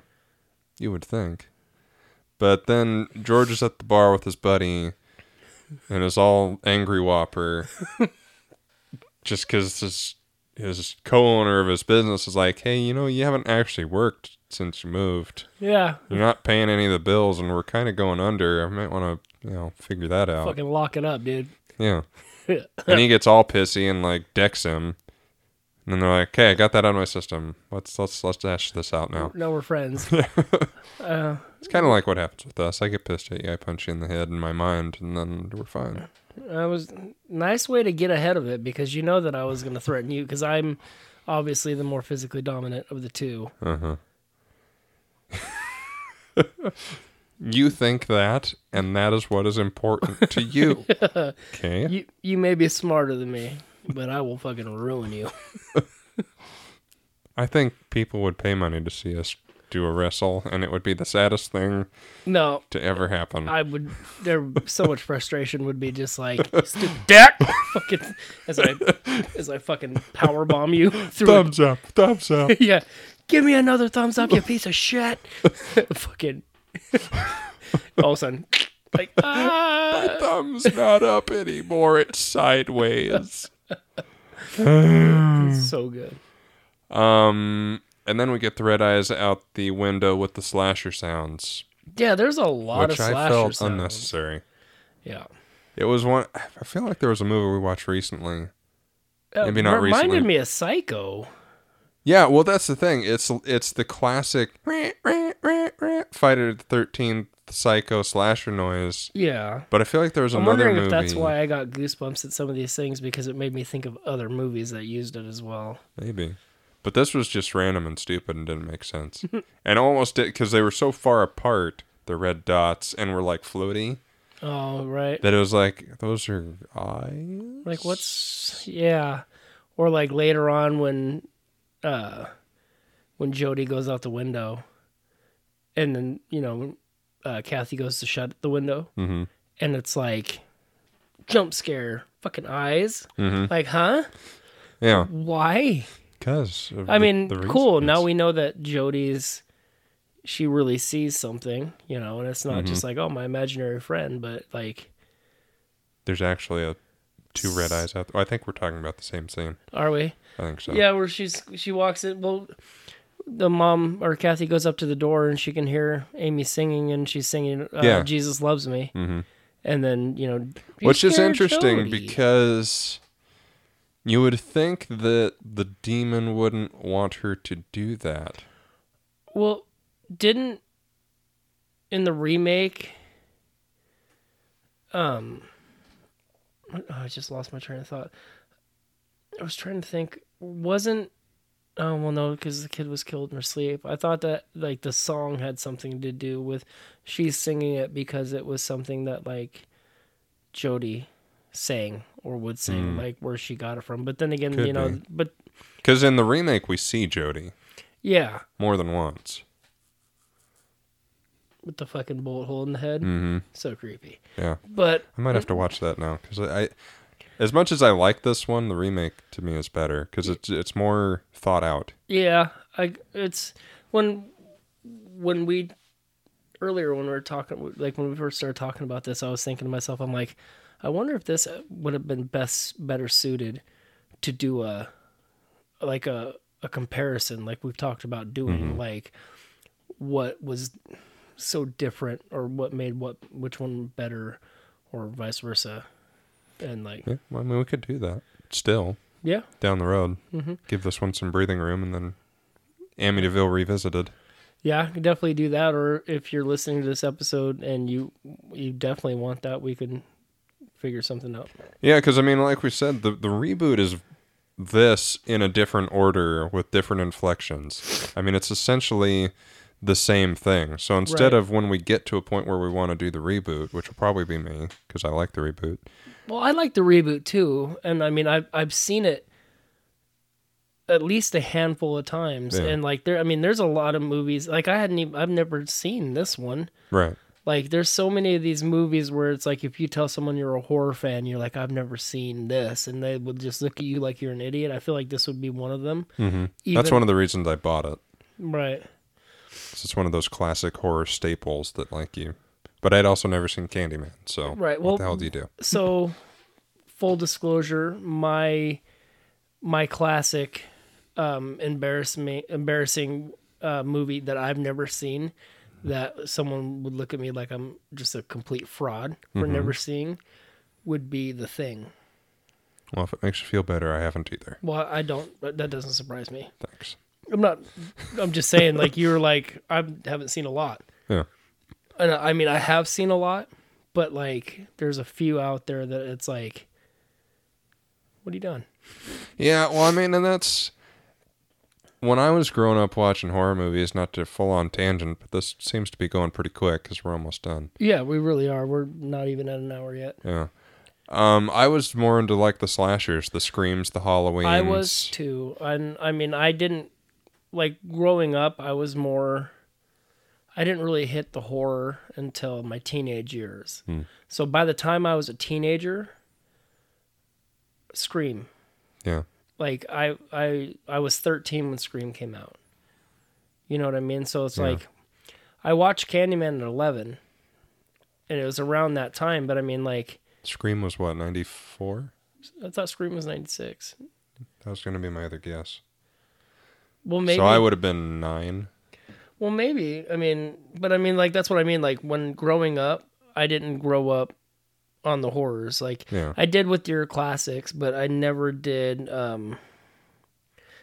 Speaker 2: you would think. But then George is at the bar with his buddy and is all angry whopper just because his, his co owner of his business is like, hey, you know, you haven't actually worked since you moved.
Speaker 4: Yeah.
Speaker 2: You're not paying any of the bills and we're kind of going under. I might want to, you know, figure that out.
Speaker 4: Fucking lock it up, dude.
Speaker 2: Yeah. and he gets all pissy and like decks him. And then they're like, okay, I got that out of my system. Let's let's let's dash this out now.
Speaker 4: Now we're friends.
Speaker 2: It's kind of like what happens with us. I get pissed at you, I punch you in the head in my mind, and then we're fine.
Speaker 4: I was nice way to get ahead of it because you know that I was going to threaten you because I'm obviously the more physically dominant of the two.
Speaker 2: You think that, and that is what is important to you. Okay.
Speaker 4: You you may be smarter than me, but I will fucking ruin you.
Speaker 2: I think people would pay money to see us do a wrestle, and it would be the saddest thing
Speaker 4: No,
Speaker 2: to ever happen.
Speaker 4: I would. There, so much frustration would be just like stupid dick, fucking as I as I fucking power bomb you through. a-
Speaker 2: thumbs up, thumbs up.
Speaker 4: yeah, give me another thumbs up, you piece of shit. fucking. All of a sudden, like ah,
Speaker 2: thumbs not up anymore. It's sideways.
Speaker 4: it's so good.
Speaker 2: Um, and then we get the red eyes out the window with the slasher sounds,
Speaker 4: Yeah, there's a lot
Speaker 2: which
Speaker 4: of
Speaker 2: I
Speaker 4: slasher
Speaker 2: felt
Speaker 4: sounds.
Speaker 2: unnecessary.
Speaker 4: Yeah.
Speaker 2: It was one. I feel like there was a movie we watched recently.
Speaker 4: Uh,
Speaker 2: Maybe not
Speaker 4: reminded
Speaker 2: recently.
Speaker 4: me of Psycho.
Speaker 2: Yeah, well, that's the thing. It's it's the classic Fighter the Thirteenth psycho slasher noise.
Speaker 4: Yeah.
Speaker 2: But I feel like there was
Speaker 4: I'm
Speaker 2: another
Speaker 4: wondering
Speaker 2: movie.
Speaker 4: if that's why I got goosebumps at some of these things because it made me think of other movies that used it as well.
Speaker 2: Maybe. But this was just random and stupid and didn't make sense. and almost did because they were so far apart, the red dots, and were like floaty
Speaker 4: Oh, right.
Speaker 2: that it was like those are eyes.
Speaker 4: Like what's yeah, or like later on when, uh, when Jody goes out the window, and then you know, uh, Kathy goes to shut the window,
Speaker 2: Mhm.
Speaker 4: and it's like, jump scare, fucking eyes, like huh?
Speaker 2: Yeah,
Speaker 4: Why?
Speaker 2: because
Speaker 4: I mean, cool. Now we know that Jody's, she really sees something, you know, and it's not just like oh my imaginary friend, but like,
Speaker 2: there's actually a two red eyes out. There. I think we're talking about the same scene.
Speaker 4: are we?
Speaker 2: I think so.
Speaker 4: Yeah, where she's she walks in. Well, the mom or Kathy goes up to the door and she can hear Amy singing and she's singing uh,
Speaker 2: Yeah. Mm-hmm.
Speaker 4: "Jesus Loves Me," and then you know, "You
Speaker 2: Which is
Speaker 4: scared
Speaker 2: interesting
Speaker 4: Jody."
Speaker 2: because you would think that the demon wouldn't want her to do that.
Speaker 4: well, didn't in the remake, um, oh, I just lost my train of thought. I was trying to think. Wasn't oh well no because the kid was killed in her sleep. I thought that like the song had something to do with she's singing it because it was something that like Jody sang or would sing, like where she got it from. But then again, you
Speaker 2: Mm. Could
Speaker 4: know,
Speaker 2: be.
Speaker 4: but
Speaker 2: Because in the remake, we see Jody
Speaker 4: yeah,
Speaker 2: more than once.
Speaker 4: with the fucking bullet hole in the head,
Speaker 2: Mm-hmm.
Speaker 4: so creepy.
Speaker 2: Yeah.
Speaker 4: But
Speaker 2: I might have to watch that now because I, I, as much as I like this one, the remake to me is better because it's it's more thought out.
Speaker 4: Yeah, I it's when when we earlier when we were talking like when we first started talking about this, I was thinking to myself, I'm like, I wonder if this would have been best better suited to do a like a a comparison like we've talked about doing like what was so different or what made what which one better or vice versa and like
Speaker 2: Yeah, well, I mean, we could do that still
Speaker 4: yeah
Speaker 2: down the road.
Speaker 4: Mm-hmm.
Speaker 2: Give this one some breathing room, and then Amityville revisited.
Speaker 4: Yeah, I could definitely do that. Or if you're listening to this episode and you you definitely want that, we can figure something out.
Speaker 2: Yeah, because I mean, like we said, the the reboot is this in a different order with different inflections. I mean, it's essentially the same thing. So instead
Speaker 4: Right.
Speaker 2: of when we get to a point where we want to do the reboot, which will probably be me because I like the reboot.
Speaker 4: Well, I like the reboot too, and I mean I've I've seen it at least a handful of times,
Speaker 2: Yeah.
Speaker 4: and like there, I mean there's a lot of movies like I hadn't even I've never seen this one.
Speaker 2: Right.
Speaker 4: Like there's so many of these movies where it's like if you tell someone you're a horror fan, you're like I've never seen this, and they would just look at you like you're an idiot. I feel like this would be one of them. Mm-hmm.
Speaker 2: That's one of the reasons I bought it.
Speaker 4: right.
Speaker 2: 'cause it's one of those classic horror staples that like you. But I'd also never seen Candyman, so
Speaker 4: Right, well-
Speaker 2: what the hell do you do?
Speaker 4: so full disclosure my my classic um embarrassing embarrassing uh movie that i've never seen that someone would look at me like i'm just a complete fraud for never seeing would be the thing
Speaker 2: Well, if it makes you feel better, I haven't either.
Speaker 4: well i don't but that doesn't surprise me
Speaker 2: Thanks.
Speaker 4: i'm not i'm just saying like you were like i haven't seen a lot
Speaker 2: Yeah.
Speaker 4: and I I mean, I have seen a lot, but like, there's a few out there that it's like, what are you doing?
Speaker 2: Yeah, well, I mean, and that's when I was growing up watching horror movies. Not to full on tangent, but this seems to be going pretty quick because we're almost done.
Speaker 4: Yeah, we really are. We're not even at an hour yet.
Speaker 2: Yeah. Um, I was more into like the slashers, the screams, the Halloween.
Speaker 4: I was too, and I mean, I didn't like growing up. I was more. I didn't really hit the horror until my teenage years. So by the time I was a teenager, Scream.
Speaker 2: Yeah.
Speaker 4: like I I I was 13 when Scream came out. You know what I mean? So it's like I watched Candyman at 11 and it was around that time, but I mean like
Speaker 2: Scream was what ninety four.
Speaker 4: I thought Scream was 96.
Speaker 2: That was going to be my other guess.
Speaker 4: Well maybe
Speaker 2: So I would have been nine.
Speaker 4: Well maybe. I mean, but I mean like that's what I mean like when growing up, I didn't grow up on the horrors. Like
Speaker 2: Yeah.
Speaker 4: I did with your classics, but I never did um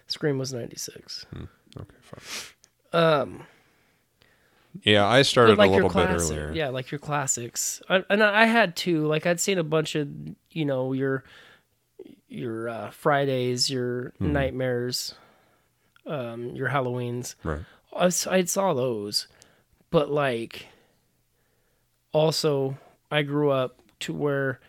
Speaker 4: Scream was 96.
Speaker 2: Okay, fine. Um. Yeah, I started
Speaker 4: But,
Speaker 2: a little bit
Speaker 4: classic-
Speaker 2: earlier.
Speaker 4: Yeah, like your classics. I, and I I had too. Like I'd seen a bunch of you know your your uh, Fridays, your
Speaker 2: Hmm.
Speaker 4: nightmares, um, your Halloweens.
Speaker 2: Right.
Speaker 4: I s- I saw those, but like also I grew up to where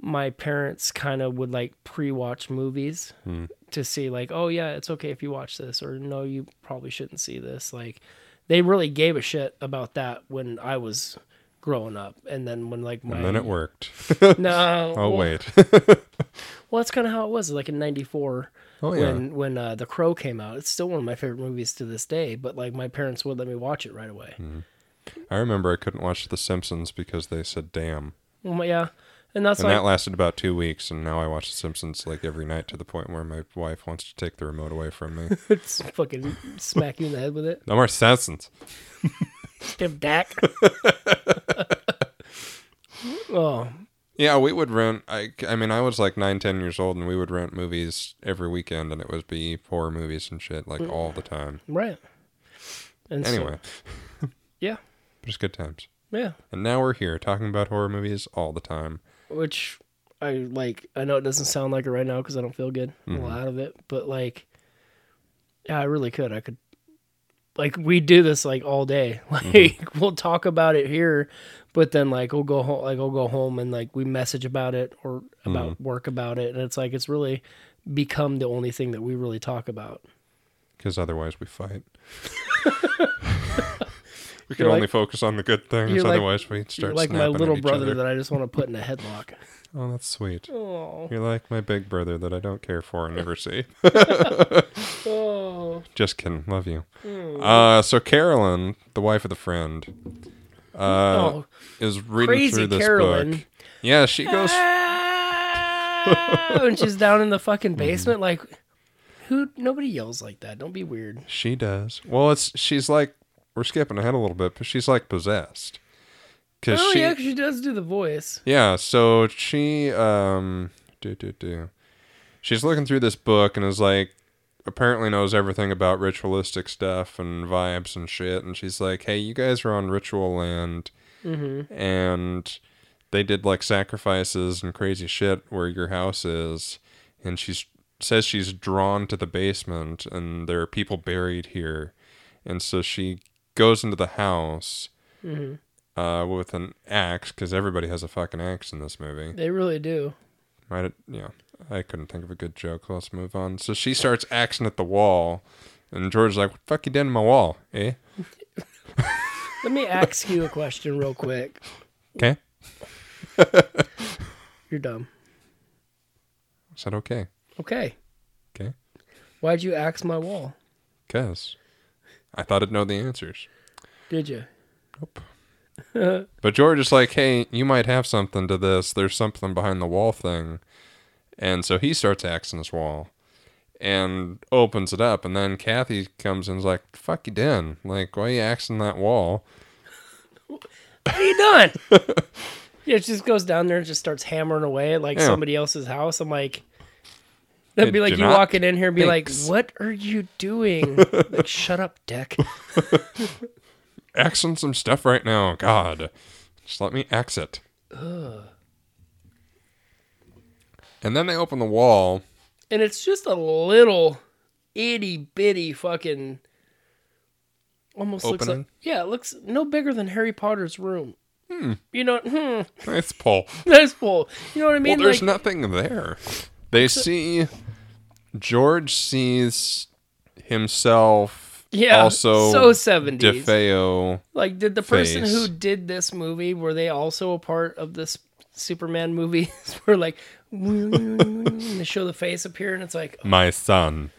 Speaker 4: my parents kind of would like pre-watch movies
Speaker 2: Hmm.
Speaker 4: to see like oh yeah it's okay if you watch this or no you probably shouldn't see this like they really gave a shit about that when I was growing up and then when like my
Speaker 2: And then it worked.
Speaker 4: no
Speaker 2: Oh
Speaker 4: well-
Speaker 2: wait.
Speaker 4: well that's kind of how it was like in 94
Speaker 2: Oh yeah.
Speaker 4: when when uh, the crow came out it's still one of my favorite movies to this day but like my parents would let me watch it right away
Speaker 2: Hmm. I remember I couldn't watch The Simpsons because they said "damn,"
Speaker 4: Well, my- yeah, and that's
Speaker 2: and
Speaker 4: like
Speaker 2: that lasted about two weeks. And now I watch The Simpsons like every night to the point where my wife wants to take the remote away from me.
Speaker 4: it's fucking smack you in the head with it.
Speaker 2: no more Simpsons.
Speaker 4: Give Dak. oh
Speaker 2: Yeah, we would rent. I, I mean, I was like nine, ten years old, and we would rent movies every weekend, and it would be horror movies and shit like all the time.
Speaker 4: right. And so-
Speaker 2: Anyway,
Speaker 4: yeah,
Speaker 2: but it's good times.
Speaker 4: yeah.
Speaker 2: And now we're here talking about horror movies all the time.
Speaker 4: Which I like. I know it doesn't sound like it right now because
Speaker 2: Mm-hmm.
Speaker 4: I don't feel good. I'm a little out of it, but like, yeah, I really could. I could. like we do this like all day. Like
Speaker 2: Mm-hmm.
Speaker 4: we'll talk about it here, but then like we'll go home. Like I'll go home and like we message about it or about
Speaker 2: Mm-hmm.
Speaker 4: work about it, and it's like it's really become the only thing that we really talk about.
Speaker 2: because otherwise we fight. we can
Speaker 4: You're
Speaker 2: only
Speaker 4: like-
Speaker 2: focus on the good things.
Speaker 4: you're like-
Speaker 2: Otherwise, we
Speaker 4: You're
Speaker 2: start
Speaker 4: like my
Speaker 2: snapping at
Speaker 4: little
Speaker 2: each
Speaker 4: brother
Speaker 2: other.
Speaker 4: that I just want to put in a headlock.
Speaker 2: Oh, that's sweet.
Speaker 4: Oh,
Speaker 2: You're like my big brother that I don't care for and never see.
Speaker 4: oh,
Speaker 2: Just kidding. Love you.
Speaker 4: Hmm.
Speaker 2: Uh, so Carolyn, the wife of the friend, uh,
Speaker 4: oh.
Speaker 2: is reading
Speaker 4: Crazy
Speaker 2: through this
Speaker 4: Carolyn.
Speaker 2: book. Yeah, she goes.
Speaker 4: Ah, and she's down in the fucking
Speaker 2: Mhm.
Speaker 4: basement. Like, who? Nobody yells like that. Don't be weird.
Speaker 2: She does. Well, it's she's like we're skipping ahead a little bit, but she's like possessed. Cause
Speaker 4: Oh
Speaker 2: she,
Speaker 4: yeah, 'cause she does do the voice.
Speaker 2: Yeah, so she um do do do. She's looking through this book and is like apparently knows everything about ritualistic stuff and vibes and shit and she's like, "Hey, you guys are on ritual land." And they did like sacrifices and crazy shit where your house is and she's says she's drawn to the basement and there are people buried here. And so she goes into the house uh, with an axe because everybody has a fucking axe in this movie.
Speaker 4: They really do.
Speaker 2: Right? Yeah, I couldn't think of a good joke. Let's move on. So she starts axing at the wall, and George's like, "What the fuck you done to my wall, eh?"
Speaker 4: Let me ask you a question real quick.
Speaker 2: Okay,
Speaker 4: You're dumb.
Speaker 2: I said okay,
Speaker 4: Okay.
Speaker 2: okay,
Speaker 4: Why'd you axe my wall?
Speaker 2: cause I thought I'd know the answers.
Speaker 4: Did you?
Speaker 2: Nope. but George is like, "Hey, you might have something to this. There's something behind the wall thing," and so he starts axing this wall. and opens it up. And then Kathy comes and is like, "Fuck you, Den! Like, why you axing that wall?"
Speaker 4: What are you doing? yeah, she just goes down there and just starts hammering away at like
Speaker 2: Yeah.
Speaker 4: somebody else's house. I'm like, that'd be
Speaker 2: Hey,
Speaker 4: like
Speaker 2: do
Speaker 4: you
Speaker 2: not
Speaker 4: walking in here and be
Speaker 2: Thanks.
Speaker 4: like, "What are you doing? like, shut up, Dick."
Speaker 2: Axing some stuff right now, God. Just let me ax it. And then they open the wall.
Speaker 4: and it's just a little itty bitty fucking almost looks like
Speaker 2: Opening?
Speaker 4: yeah it looks no bigger than harry potter's room you know hmm
Speaker 2: Nice pull.
Speaker 4: that's cool you know what i
Speaker 2: Well,
Speaker 4: mean
Speaker 2: there's
Speaker 4: like,
Speaker 2: nothing there. They see George sees himself.
Speaker 4: yeah
Speaker 2: also
Speaker 4: so 70s
Speaker 2: DeFeo.
Speaker 4: like did the person
Speaker 2: face.
Speaker 4: who did this movie were they also a part of this superman movie where like and they show the face appear and it's like
Speaker 2: My son.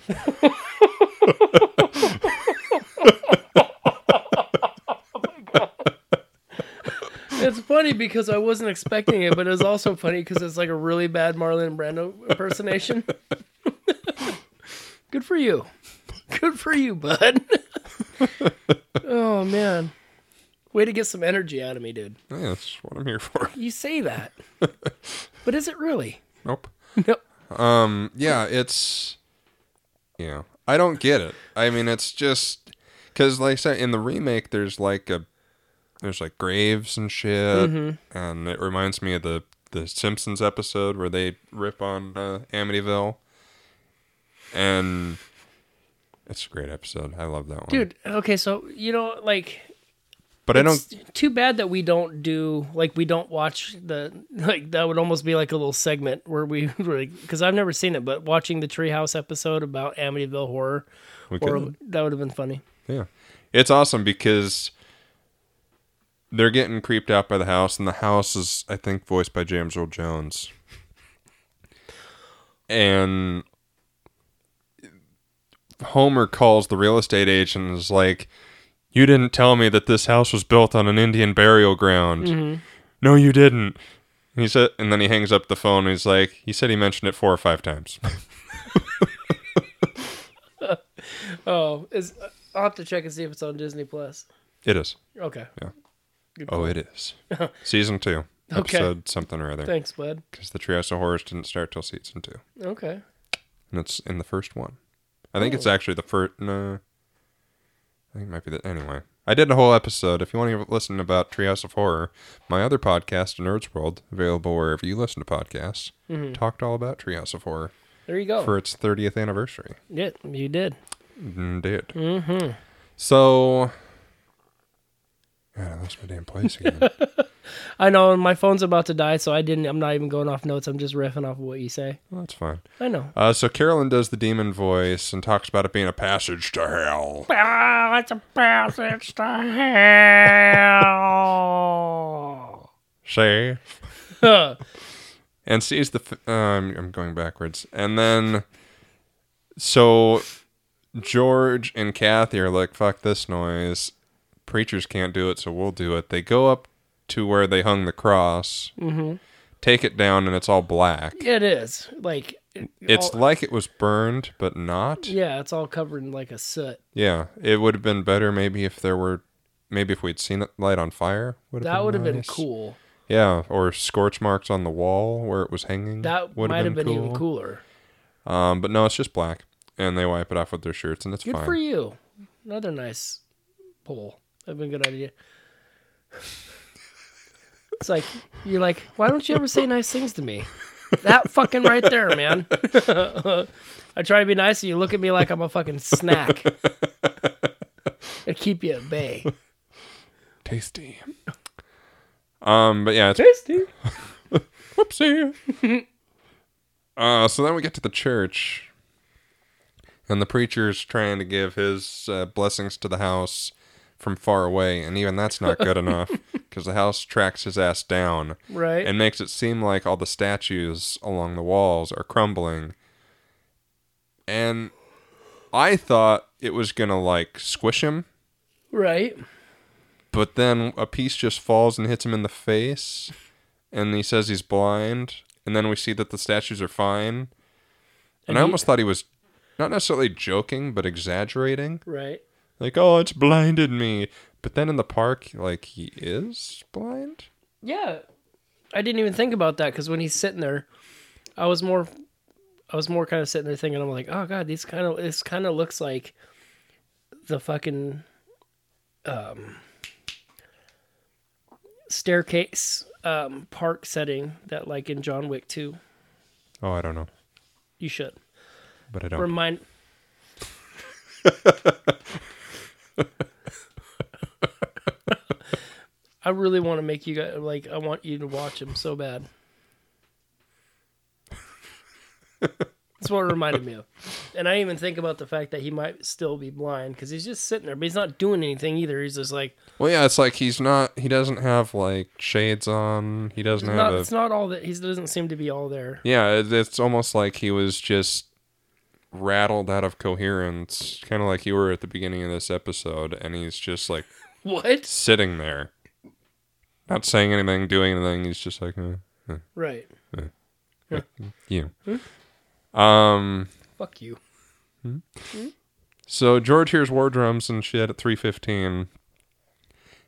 Speaker 4: It's funny because I wasn't expecting it, but it was also funny because it's like a really bad Marlon Brando impersonation. Good for you. Good for you, bud. oh man. Way to get some energy out of me, dude.
Speaker 2: Yeah, that's what I'm here for.
Speaker 4: You say that. But is it really?
Speaker 2: Nope.
Speaker 4: No.
Speaker 2: Um, yeah, it's yeah. I don't get it. I mean, it's just because, like I said, in the remake, there's like a there's like graves and shit,
Speaker 4: Mm-hmm.
Speaker 2: and it reminds me of the the Simpsons episode where they rip on uh, Amityville, and it's a great episode. I love that one,
Speaker 4: Dude, okay, so you know, like
Speaker 2: But I don't.
Speaker 4: it's too bad that we don't do like we don't watch the like that would almost be like a little segment where we because I've never seen it, but watching the Treehouse episode about Amityville Horror,
Speaker 2: We
Speaker 4: or,
Speaker 2: could.
Speaker 4: that would have been funny.
Speaker 2: Yeah. It's awesome because they're getting creeped out by the house, and the house is, I think, voiced by James Earl Jones. And Homer calls the real estate agent and is like, You didn't tell me that this house was built on an Indian burial ground. No, you didn't. And he said, and then he hangs up the phone. And he's like, he said he mentioned it four or five times.
Speaker 4: Oh, is I'll have to check and see if it's on Disney Plus.
Speaker 2: it is.
Speaker 4: Okay,
Speaker 2: Oh, it is. Season two, episode something or other.
Speaker 4: thanks, bud.
Speaker 2: because the Trias of Horrors didn't start till season two,
Speaker 4: Okay,
Speaker 2: and it's in the first one. I think it's actually the first. No, I think it might be the anyway. I did a whole episode. If you want to listen about Trias of Horror, my other podcast, Nerds World, available wherever you listen to podcasts, talked all about Trias of Horror
Speaker 4: there you go.
Speaker 2: for its 30th anniversary.
Speaker 4: yeah, you did.
Speaker 2: Indeed. Mm-hmm. So, God, I lost my damn place again.
Speaker 4: I know and my phone's about to die, so I didn't. I'm not even going off notes. I'm just riffing off of what you say.
Speaker 2: well, that's fine.
Speaker 4: I know.
Speaker 2: Uh, so Carolyn does the demon voice and talks about it being a passage to hell.
Speaker 4: Ah, it's a passage to hell.
Speaker 2: See? and sees the. F- um, I'm going backwards. And then, so George and Kathy are like, "Fuck this noise! Preachers can't do it, so we'll do it." They go up to where they hung the cross,
Speaker 4: Mm-hmm.
Speaker 2: take it down, and it's all black.
Speaker 4: it is like it-
Speaker 2: It's
Speaker 4: all-
Speaker 2: like it was burned, but not.
Speaker 4: yeah, it's all covered in like a soot.
Speaker 2: Yeah, it would have been better maybe if there were, maybe if we'd seen it light on fire. Would
Speaker 4: That would have been
Speaker 2: nice.
Speaker 4: cool.
Speaker 2: Yeah, or scorch marks on the wall where it was hanging.
Speaker 4: That
Speaker 2: would
Speaker 4: might have been, even cooler.
Speaker 2: Um, but no, it's just black, and they wipe it off with their shirts, and it's
Speaker 4: Good
Speaker 2: fine.
Speaker 4: for you. Another nice poll. That'd been a good idea. It's like you're like, why don't you ever say nice things to me? That fucking right there, man. I try to be nice, and you look at me like I'm a fucking snack. I keep you at bay.
Speaker 2: Tasty. Um, but yeah, it's
Speaker 4: Tasty.
Speaker 2: whoopsie. uh, so then we get to the church, and the preacher's trying to give his uh, blessings to the house from far away, and even that's not good enough because the house tracks his ass down.
Speaker 4: Right.
Speaker 2: and makes it seem like all the statues along the walls are crumbling. And I thought it was going to like squish him,
Speaker 4: right.
Speaker 2: but then a piece just falls and hits him in the face. And he says he's blind. And then we see that the statues are fine. And, I
Speaker 4: he-
Speaker 2: almost thought he was not necessarily joking, but exaggerating.
Speaker 4: Right.
Speaker 2: Like, oh, it's blinded me. But then in the park, like, he is blind?
Speaker 4: Yeah, I didn't even think about that because when he's sitting there, I was more, I was more kind of sitting there thinking, I'm like, oh god, these kind of this kind of looks like the fucking um, staircase um, park setting that like in John Wick Two.
Speaker 2: Oh, I don't know.
Speaker 4: You should
Speaker 2: But I don't.
Speaker 4: remind. I really want to make you guys like I want you to watch him so bad. That's what it reminded me of, and I even think about the fact that he might still be blind because he's just sitting there, but he's not doing anything either. He's just like
Speaker 2: Well, yeah, it's like he's not. He doesn't have like shades on. He doesn't
Speaker 4: it's
Speaker 2: have
Speaker 4: not.
Speaker 2: a.
Speaker 4: It's not all that. He doesn't seem to be all there.
Speaker 2: yeah, it, it's almost like he was just rattled out of coherence, kind of like you were at the beginning of this episode, and he's just like
Speaker 4: What?
Speaker 2: sitting there, not saying anything, doing anything. He's just like, uh,
Speaker 4: Right.
Speaker 2: you. Um.
Speaker 4: Fuck you.
Speaker 2: So George hears war drums and shit at three fifteen,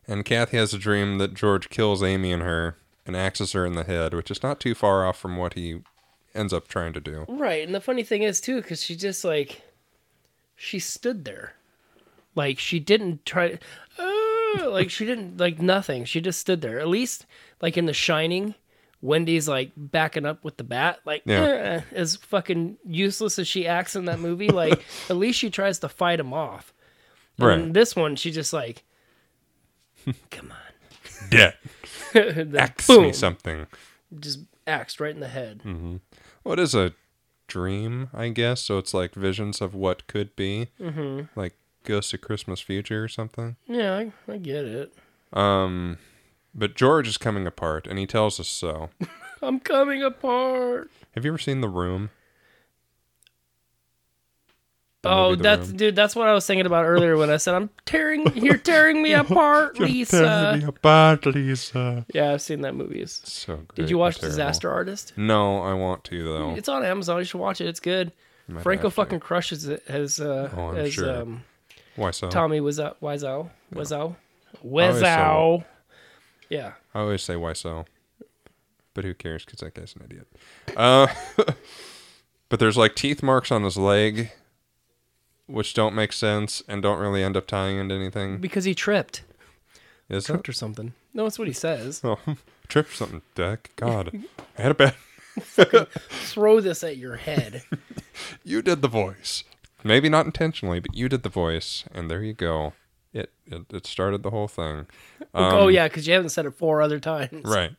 Speaker 2: and Kathy has a dream that George kills Amy and her and axes her in the head, which is not too far off from what he ends up trying to do.
Speaker 4: Right, and the funny thing is too, because she just like, she stood there, like she didn't try, uh, like she didn't like nothing. She just stood there. At least like in The Shining, Wendy's like backing up with the bat, like
Speaker 2: Yeah.
Speaker 4: "Uh," as fucking useless as she acts in that movie. Like at least she tries to fight him off. And in this one, she just like, come on,
Speaker 2: Dead.
Speaker 4: And then
Speaker 2: Axe me Hmm.
Speaker 4: boom,
Speaker 2: something.
Speaker 4: just axed right in the head.
Speaker 2: What is a dream, I guess? So it's like visions of what could be. Mm-hmm. Like Ghosts of Christmas Future or something.
Speaker 4: Yeah, I, I get it.
Speaker 2: Um, but George is coming apart and he tells us so.
Speaker 4: I'm coming apart.
Speaker 2: Have you ever seen The Room? The
Speaker 4: Oh,
Speaker 2: movie The
Speaker 4: that's
Speaker 2: Room?
Speaker 4: dude. That's what I was thinking about earlier when I said I'm tearing. You're tearing me apart, Lisa. Yeah, I've seen that movie. It's-
Speaker 2: So great.
Speaker 4: Did you watch
Speaker 2: and terrible.
Speaker 4: Disaster Mm. Artist?
Speaker 2: No, I want to though.
Speaker 4: It's on Amazon. You should watch it. It's good.
Speaker 2: Might
Speaker 4: Franco
Speaker 2: have to.
Speaker 4: fucking crushes it as uh,
Speaker 2: Oh, I'm
Speaker 4: as
Speaker 2: sure. Oh.
Speaker 4: um,
Speaker 2: Why so?
Speaker 4: Tommy Wiseau Wiseau Wiseau
Speaker 2: always saw
Speaker 4: Wiseau. Yeah,
Speaker 2: I always say why so, but who cares? Because that guy's an idiot. Uh, but there's like teeth marks on his leg, which don't make sense and don't really end up tying into anything.
Speaker 4: because he tripped,
Speaker 2: Is it?
Speaker 4: tripped or something. No, that's what he says.
Speaker 2: Oh, trip or something, Deck. God, I had a bad.
Speaker 4: Throw this at your head.
Speaker 2: You did the voice. Maybe not intentionally, but you did the voice, and there you go. It it, it started the whole thing. Um,
Speaker 4: oh yeah, because you haven't said it four other times.
Speaker 2: Right.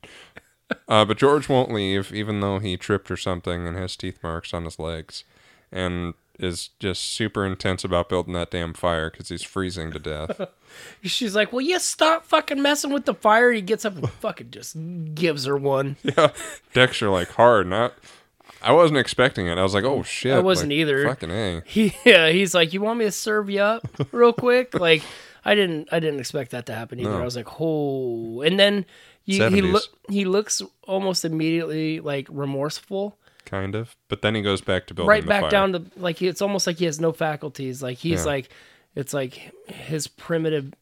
Speaker 2: Uh, but George won't leave, even though he tripped or something and has teeth marks on his legs, and is just super intense about building that damn fire because he's freezing to death.
Speaker 4: She's like, "Well, you stop fucking messing with the fire." He gets up and fucking just gives her one.
Speaker 2: Decks are like hard, and I, I wasn't expecting it. I was like, oh shit.
Speaker 4: I wasn't
Speaker 2: like,
Speaker 4: either.
Speaker 2: Fucking a.
Speaker 4: He yeah, he's like, "You want me to serve you up real quick?" like, I didn't I didn't expect that to happen either. I was like, "Oh!" And then you, he
Speaker 2: 70s.
Speaker 4: look he looks almost immediately like remorseful.
Speaker 2: Kind of. But then he goes back to building
Speaker 4: right
Speaker 2: the
Speaker 4: back
Speaker 2: fire.
Speaker 4: down to like it's almost like he has no faculties. Like he's
Speaker 2: Yeah.
Speaker 4: like it's like his primitive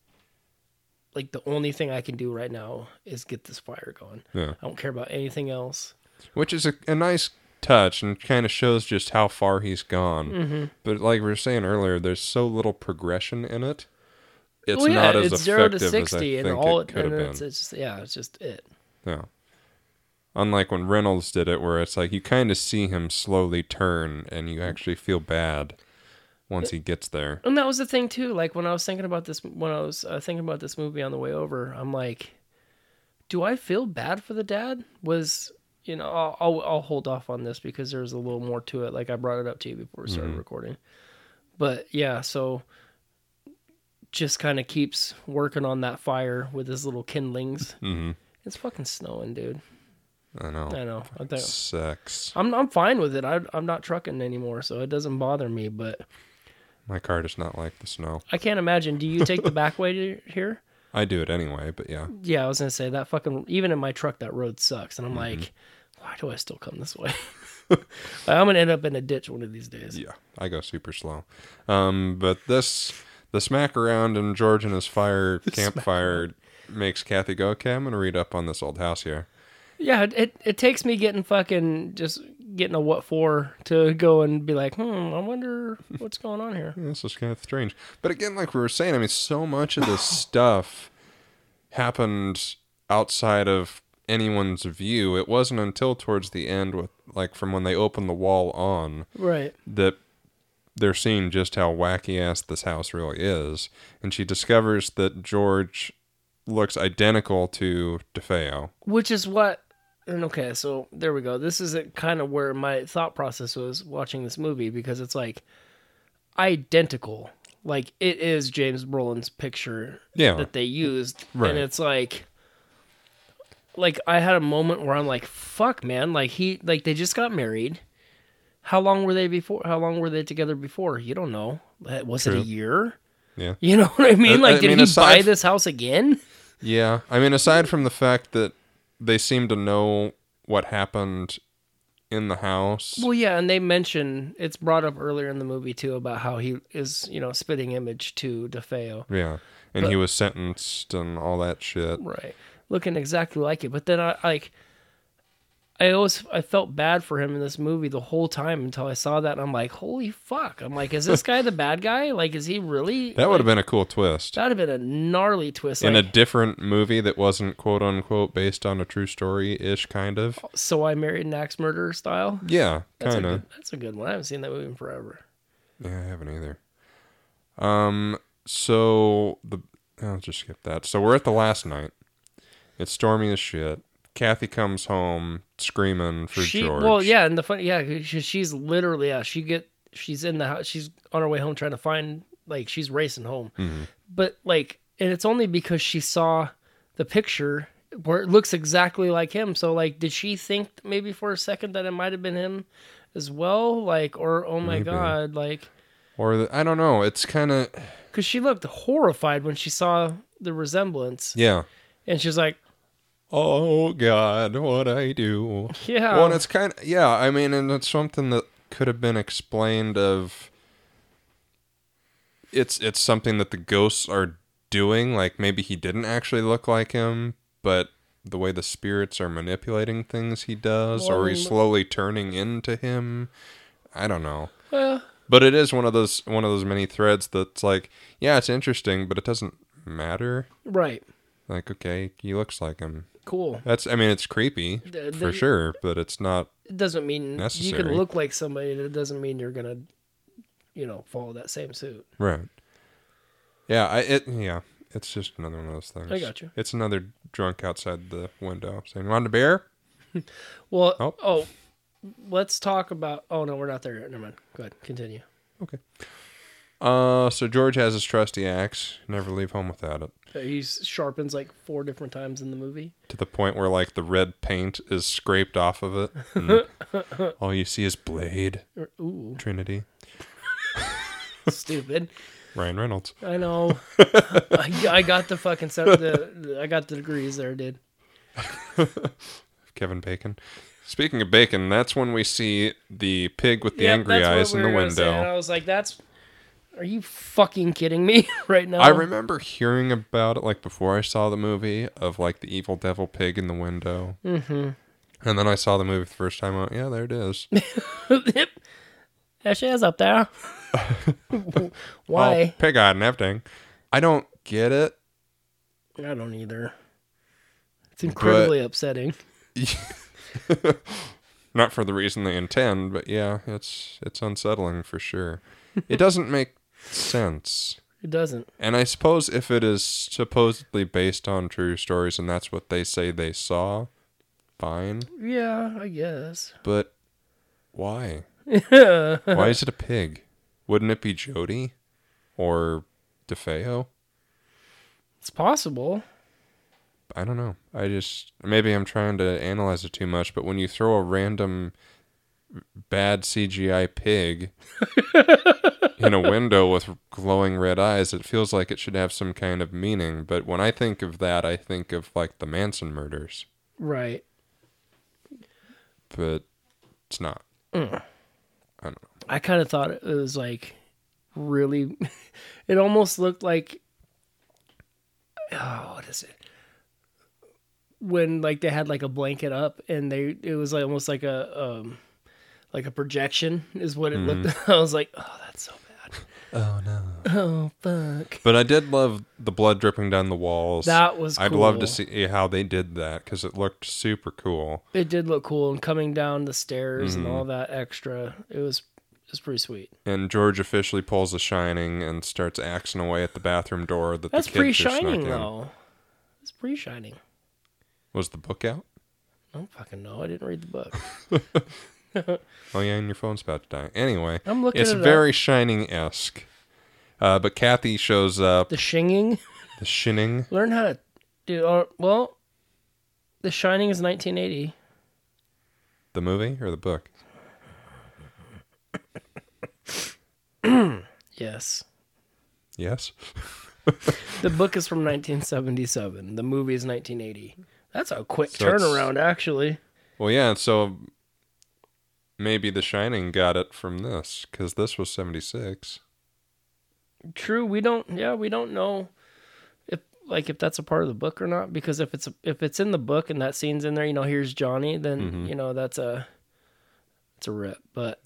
Speaker 4: like the only thing I can do right now is get this fire going.
Speaker 2: Yeah.
Speaker 4: I don't care about anything else.
Speaker 2: Which is a, a nice touch and kind of shows just how far he's gone. Mm-hmm. But like we were saying earlier, there's so little progression in it. It's
Speaker 4: well, yeah,
Speaker 2: not as
Speaker 4: it's zero to
Speaker 2: effective
Speaker 4: sixty,
Speaker 2: as I
Speaker 4: and
Speaker 2: think
Speaker 4: all
Speaker 2: it
Speaker 4: it,
Speaker 2: could
Speaker 4: and
Speaker 2: have been.
Speaker 4: it's, it's just, yeah, it's just it.
Speaker 2: Yeah. Unlike when Reynolds did it, where it's like you kind of see him slowly turn and you actually feel bad once he gets there.
Speaker 4: And that was the thing too. Like when I was thinking about this, when I was uh, thinking about this movie on the way over, I'm like, do I feel bad for the dad? Was you know, I'll I'll, I'll hold off on this because there's a little more to it. Like I brought it up to you before we
Speaker 2: Mm-hmm.
Speaker 4: started recording, but yeah, so just kind of keeps working on that fire with his little kindlings.
Speaker 2: Mm-hmm.
Speaker 4: It's fucking snowing, dude.
Speaker 2: I know.
Speaker 4: I know. I think,
Speaker 2: Sucks.
Speaker 4: I'm I'm fine with it. I, I'm not trucking anymore, so it doesn't bother me. But
Speaker 2: My car does not like the snow.
Speaker 4: I can't imagine. Do you take the back way to here?
Speaker 2: I do it anyway, but yeah.
Speaker 4: Yeah, I was gonna say that fucking even in my truck that road sucks, and I'm like, why do I still come this way? I'm gonna end up in a ditch one of these days.
Speaker 2: Yeah, I go super slow. Um, but this the smack around and George and his fire campfire makes Kathy go, "Okay, I'm gonna read up on this old house here."
Speaker 4: Yeah, it, it it takes me getting fucking just getting a what for to go and be like, hmm, I wonder what's going on here.
Speaker 2: This is kind of strange. But again, like we were saying, I mean, so much of this stuff happened outside of anyone's view. It wasn't until towards the end, with like from when they opened the wall on,
Speaker 4: Right.
Speaker 2: that they're seeing just how wacky ass this house really is. And she discovers that George looks identical to DeFeo.
Speaker 4: which is what and okay so there we go this is kind of where my thought process was watching this movie because it's like identical like it is james brolin's picture
Speaker 2: Yeah.
Speaker 4: that they used
Speaker 2: Right.
Speaker 4: and it's like like i had a moment where i'm like fuck man like he like they just got married how long were they before how long were they together before you don't know That- was it a year
Speaker 2: Yeah.
Speaker 4: you know what i mean
Speaker 2: I-
Speaker 4: like
Speaker 2: I
Speaker 4: did
Speaker 2: mean,
Speaker 4: he
Speaker 2: aside
Speaker 4: buy
Speaker 2: f-
Speaker 4: this house again
Speaker 2: Yeah. I mean, aside from the fact that they seem to know what happened in the house.
Speaker 4: Well, yeah, and they mention it's brought up earlier in the movie too about how he is, you know, spitting image to DeFeo,
Speaker 2: Yeah. And he was sentenced and all that shit.
Speaker 4: right? Looking exactly like it. But then I like, I always I felt bad for him in this movie the whole time until I saw that, and I'm like, holy fuck! I'm like, is this guy the bad guy? Like, is he really?
Speaker 2: That would have been a cool twist.
Speaker 4: That'd have been a gnarly twist.
Speaker 2: In a
Speaker 4: like,
Speaker 2: different movie that wasn't quote unquote based on a true story ish, kind of.
Speaker 4: so I married an axe murderer style.
Speaker 2: Yeah,
Speaker 4: Oh, That's a
Speaker 2: kind of.
Speaker 4: good. That's a good one. I haven't seen that movie in forever.
Speaker 2: Yeah, I haven't either. Um, so the I'll just skip that. So we're at the last night. It's stormy as shit. Kathy comes home screaming for
Speaker 4: she,
Speaker 2: George.
Speaker 4: Well, yeah, and the funny, yeah, she, she's literally, yeah, she get, she's in the house, she's on her way home trying to find, like, she's racing home,
Speaker 2: Mm-hmm.
Speaker 4: but like, and it's only because she saw the picture where it looks exactly like him. So like, did she think maybe for a second that it might have been him as well? Like, or oh my god, like,
Speaker 2: Or the, I don't know. It's kind of
Speaker 4: because she looked horrified when she saw the resemblance,
Speaker 2: yeah.
Speaker 4: and she's like,
Speaker 2: Oh God, what I do?
Speaker 4: yeah,
Speaker 2: Well, and it's kind of yeah. I mean, and it's something that could have been explained. Of it's it's something that the ghosts are doing. Like maybe he didn't actually look like him, but the way the spirits are manipulating things, he does,
Speaker 4: Well,
Speaker 2: or
Speaker 4: I
Speaker 2: he's
Speaker 4: mean-
Speaker 2: slowly turning into him. I don't know.
Speaker 4: well,
Speaker 2: But it is one of those one of those many threads that's like, yeah, it's interesting, but it doesn't matter.
Speaker 4: right,
Speaker 2: Like, okay, he looks like him.
Speaker 4: cool.
Speaker 2: That's I mean, it's creepy
Speaker 4: The-
Speaker 2: for
Speaker 4: the-
Speaker 2: sure, but it's not
Speaker 4: it doesn't mean you
Speaker 2: Necessary.
Speaker 4: can look like somebody. That doesn't mean you're gonna, you know, follow that same suit.
Speaker 2: Right. Yeah, I it yeah. It's just another one of those things.
Speaker 4: I got you.
Speaker 2: It's another drunk outside the window saying, "Want a beer?"
Speaker 4: Well,
Speaker 2: Oh.
Speaker 4: oh. let's talk about. Oh no, we're not there yet. Never mind. Go ahead, continue.
Speaker 2: Okay. Uh, so George has his trusty axe. Never leave home without it.
Speaker 4: Uh, He s- sharpens like four different times in the movie.
Speaker 2: To the point where like the red paint is scraped off of it, and all you see is blade.
Speaker 4: Or- Ooh,
Speaker 2: Trinity.
Speaker 4: stupid.
Speaker 2: Ryan Reynolds.
Speaker 4: I know. I, I got the fucking set. The, the I got the degrees there, dude.
Speaker 2: Kevin Bacon. Speaking of bacon, that's when we see the pig with the
Speaker 4: Yep,
Speaker 2: angry
Speaker 4: that's what
Speaker 2: eyes in
Speaker 4: we
Speaker 2: the
Speaker 4: were gonna say, and
Speaker 2: window.
Speaker 4: I was like, "That's. Are you fucking kidding me right now?"
Speaker 2: I remember hearing about it like before I saw the movie of like the evil devil pig in the window. Mm-hmm. And then I saw the movie the first time. I went, yeah, there it is. Oh,
Speaker 4: Yep. that shit is up there. Why?
Speaker 2: Oh, pig eyed and everything. I don't get it.
Speaker 4: I don't either. It's incredibly upsetting.
Speaker 2: Not for the reason they intend, but yeah, it's it's unsettling for sure. It doesn't make sense.
Speaker 4: It doesn't.
Speaker 2: And I suppose if it is supposedly based on true stories and that's what they say they saw, fine.
Speaker 4: Yeah, I guess.
Speaker 2: But why? why is it a pig? Wouldn't it be Jody or DeFeo?
Speaker 4: It's possible.
Speaker 2: I don't know. I just maybe I'm trying to analyze it too much, but when you throw a random bad CGI pig in a window with glowing red eyes, it feels like it should have some kind of meaning. But when I think of that, I think of like the Manson murders,
Speaker 4: Right.
Speaker 2: but it's not.
Speaker 4: I kind of thought it was like really. it almost looked like. Oh, what is it? When like they had like a blanket up and they it was like almost like a um like a projection is what it
Speaker 2: Mm-hmm.
Speaker 4: looked. I was like, oh, that's so bad. Oh no. Oh fuck.
Speaker 2: But I did love the blood dripping down the walls.
Speaker 4: That was.
Speaker 2: I'd love to
Speaker 4: cool.
Speaker 2: see how they did that because it looked super cool.
Speaker 4: It did look cool, and coming down the stairs
Speaker 2: Mm-hmm.
Speaker 4: and all that extra, it was it was pretty sweet.
Speaker 2: And George officially pulls The Shining and starts axing away at the bathroom door that
Speaker 4: That's
Speaker 2: the kids
Speaker 4: pre
Speaker 2: are snuck
Speaker 4: shining
Speaker 2: in.
Speaker 4: though. It's pre shining.
Speaker 2: Was the book out?
Speaker 4: I don't fucking know. I didn't read the book.
Speaker 2: Oh yeah, and your phone's about to die. Anyway,
Speaker 4: I'm looking
Speaker 2: It's
Speaker 4: it up.
Speaker 2: very shining esque. Uh, but Kathy shows up.
Speaker 4: The Shinging.
Speaker 2: The shinning.
Speaker 4: Learn how to do. Uh, well, The Shining is 1980.
Speaker 2: The movie or the book?
Speaker 4: Yes.
Speaker 2: Yes.
Speaker 4: The book is from 1977. The movie is 1980. That's a quick
Speaker 2: So it's-
Speaker 4: turnaround, actually.
Speaker 2: Well, yeah. So maybe The Shining got it from this because this was seventy six.
Speaker 4: True. We don't. Yeah, we don't know if like if that's a part of the book or not. Because if it's if it's in the book and that scene's in there, you know, here's Johnny. Then
Speaker 2: Mm-hmm.
Speaker 4: you know that's a it's a rip. But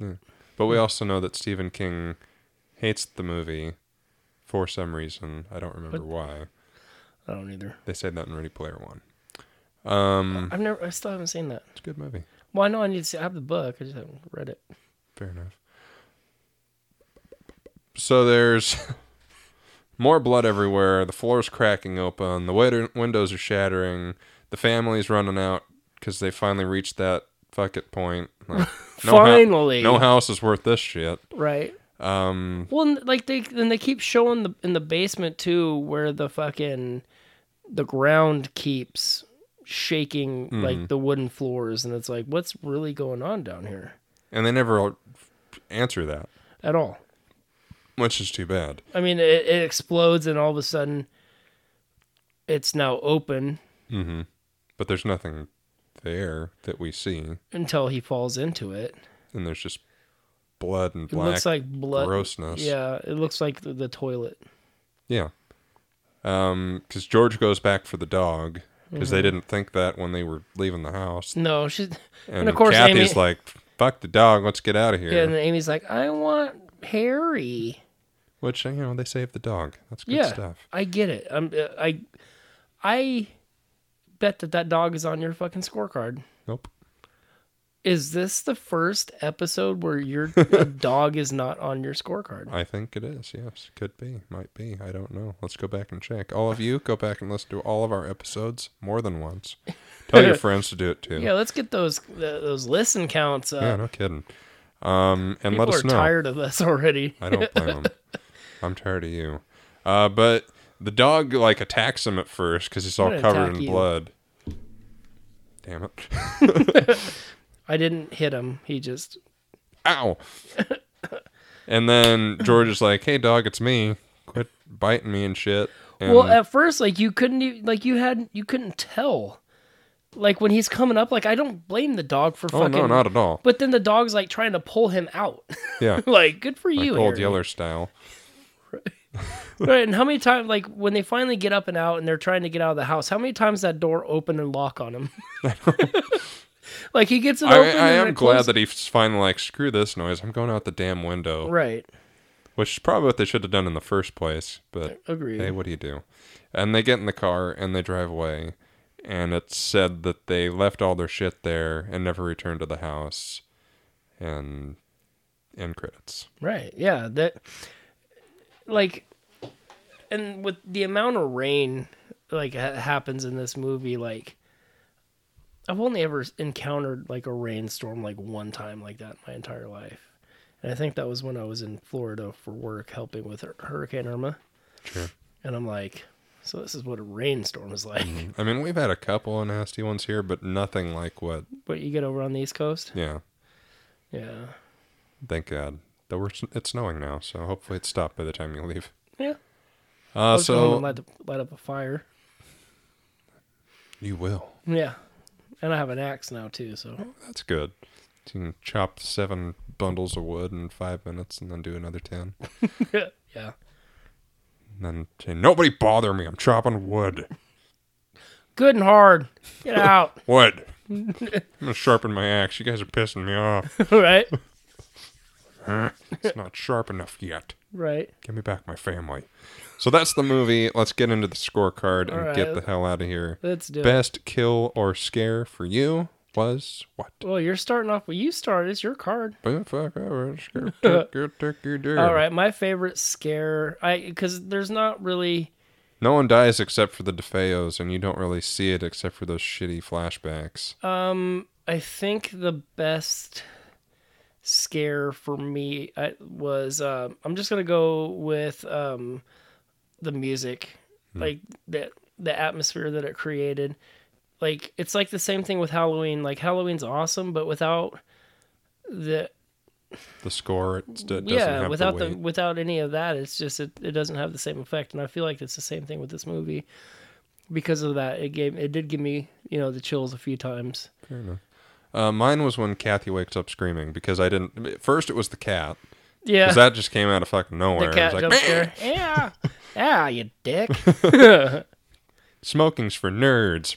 Speaker 2: But we also know that Stephen King hates the movie for some reason. I don't remember why.
Speaker 4: I don't either.
Speaker 2: They said that in Ready Player One. Um, Mm.
Speaker 4: I've never. I still haven't seen that.
Speaker 2: It's a good movie.
Speaker 4: Well, I know I need to see. I have the book. I just haven't read it.
Speaker 2: Fair enough. So there's more blood everywhere. The floor's cracking open. The win- windows are shattering. The family's running out because they finally reached that fuck it point. Like, no hou-
Speaker 4: Finally.
Speaker 2: no house is worth this shit.
Speaker 4: Right.
Speaker 2: Um,
Speaker 4: Well, and, like they then they keep showing the in the basement too, where the fucking the ground keeps shaking
Speaker 2: Mm-hmm.
Speaker 4: like the wooden floors, and it's like, what's really going on down here
Speaker 2: and they never answer that,
Speaker 4: at all?
Speaker 2: which is too bad.
Speaker 4: I mean, it, it explodes, and all of a sudden, it's now open
Speaker 2: But there's nothing there that we see,
Speaker 4: until he falls into it.
Speaker 2: and there's just blood and
Speaker 4: It
Speaker 2: black.
Speaker 4: looks like blood.
Speaker 2: grossness.
Speaker 4: Yeah, it looks like the, the toilet.
Speaker 2: Yeah. Um, 'cause because George goes back for the dog because they didn't think that when they were leaving the house,
Speaker 4: No, she's Mm-hmm. and,
Speaker 2: and,
Speaker 4: of course
Speaker 2: Kathy's
Speaker 4: Amy.
Speaker 2: like, "Fuck the dog, let's get out of here."
Speaker 4: yeah, and then Amy's like, I want Harry.
Speaker 2: Which you know they saved the dog. That's good
Speaker 4: yeah,
Speaker 2: stuff.
Speaker 4: I get it. I'm, uh, I, I bet that that dog is on your fucking scorecard.
Speaker 2: Nope.
Speaker 4: Is this the first episode where your a dog is not on your scorecard?
Speaker 2: I think it is. Yes, could be, might be. I don't know. Let's go back and check. All of you, go back and listen to all of our episodes more than once. Tell your friends to do it too.
Speaker 4: Yeah, let's get those th- those listen counts up.
Speaker 2: Yeah, no kidding. Um, and
Speaker 4: People
Speaker 2: let us
Speaker 4: are
Speaker 2: know.
Speaker 4: tired of us already.
Speaker 2: I don't blame him. I'm tired of you. Uh, but the dog like attacks him at first because he's all
Speaker 4: gonna
Speaker 2: covered
Speaker 4: attack
Speaker 2: in
Speaker 4: you.
Speaker 2: blood. Damn it!
Speaker 4: I didn't hit him. He just
Speaker 2: Ow! and then George is like, "Hey, dog, it's me. Quit biting me and shit." And
Speaker 4: Well, uh, at first, like you couldn't, even, like you had, you couldn't tell. Like when he's coming up, like I don't blame the dog for
Speaker 2: oh
Speaker 4: fucking.
Speaker 2: no, not at all.
Speaker 4: But then the dog's like trying to pull him out.
Speaker 2: Yeah,
Speaker 4: like good for
Speaker 2: like
Speaker 4: you,
Speaker 2: old
Speaker 4: Harry.
Speaker 2: Yeller style.
Speaker 4: Right, and how many times, like when they finally get up and out, and they're trying to get out of the house, how many times that door open and lock on him? like he gets it
Speaker 2: I,
Speaker 4: open.
Speaker 2: I
Speaker 4: and
Speaker 2: am
Speaker 4: it
Speaker 2: glad
Speaker 4: closes-
Speaker 2: that he's finally like, "Screw this noise! I'm going out the damn window,"
Speaker 4: Right.
Speaker 2: which is probably what they should have done in the first place. But
Speaker 4: Agreed.
Speaker 2: Hey, what do you do? And they get in the car and they drive away. And it's said that they left all their shit there and never returned to the house. And end credits.
Speaker 4: Right. Yeah. That like and with the amount of rain like ha- happens in this movie like I've only ever encountered like a rainstorm like one time like that in my entire life. And I think that was when I was in Florida for work helping with Hur- Hurricane Irma.
Speaker 2: Sure.
Speaker 4: And I'm like, so this is what a rainstorm is like.
Speaker 2: I mean, we've had a couple of nasty ones here, but nothing like what.
Speaker 4: What you get over on the East Coast?
Speaker 2: Yeah.
Speaker 4: Yeah.
Speaker 2: Thank God. Though we're, it's snowing now, so hopefully it's stopped by the time you leave.
Speaker 4: Yeah.
Speaker 2: Uh,
Speaker 4: Let's go home
Speaker 2: so
Speaker 4: and light, the- light up a fire.
Speaker 2: you will.
Speaker 4: Yeah. And I have an axe now too, so
Speaker 2: That's good. You can chop seven bundles of wood in five minutes and then do another ten.
Speaker 4: yeah.
Speaker 2: And then say, Nobody bother me. I'm chopping wood.
Speaker 4: good and hard. Get out,
Speaker 2: What? I'm gonna sharpen my axe. You guys are pissing me off.
Speaker 4: right?
Speaker 2: It's not sharp enough yet.
Speaker 4: Right.
Speaker 2: Give me back my family. So that's the movie. Let's get into the scorecard and
Speaker 4: All
Speaker 2: get
Speaker 4: right.
Speaker 2: the hell out of here.
Speaker 4: Let's do it.
Speaker 2: Best kill or scare for you was what?
Speaker 4: Well, you're starting off. Well, you started. It's your card.
Speaker 2: Boom, fuck, I was scared, took your, took your deer.
Speaker 4: All right. My favorite scare. I because there's not really.
Speaker 2: No one dies except for the DeFeos, and you don't really see it except for those shitty flashbacks.
Speaker 4: Um, I think the best scare for me I, was. Uh, I'm just gonna go with um, the music, like that the atmosphere that it created. Like it's like the same thing with Halloween. Like Halloween's awesome, but without the
Speaker 2: the score, it d- doesn't
Speaker 4: yeah
Speaker 2: have
Speaker 4: without
Speaker 2: the
Speaker 4: the,
Speaker 2: weight.
Speaker 4: without any of that it's just it, it doesn't have the same effect and i feel like it's the same thing with this movie because of that it gave it did give me you know the chills a few times
Speaker 2: Uh, mine was when Kathy wakes up screaming because I didn't. at First, it was the cat.
Speaker 4: yeah
Speaker 2: Because that just came out of fucking
Speaker 4: the
Speaker 2: nowhere. it
Speaker 4: cat
Speaker 2: was like,
Speaker 4: jump scare yeah ah you dick
Speaker 2: smoking's for nerds.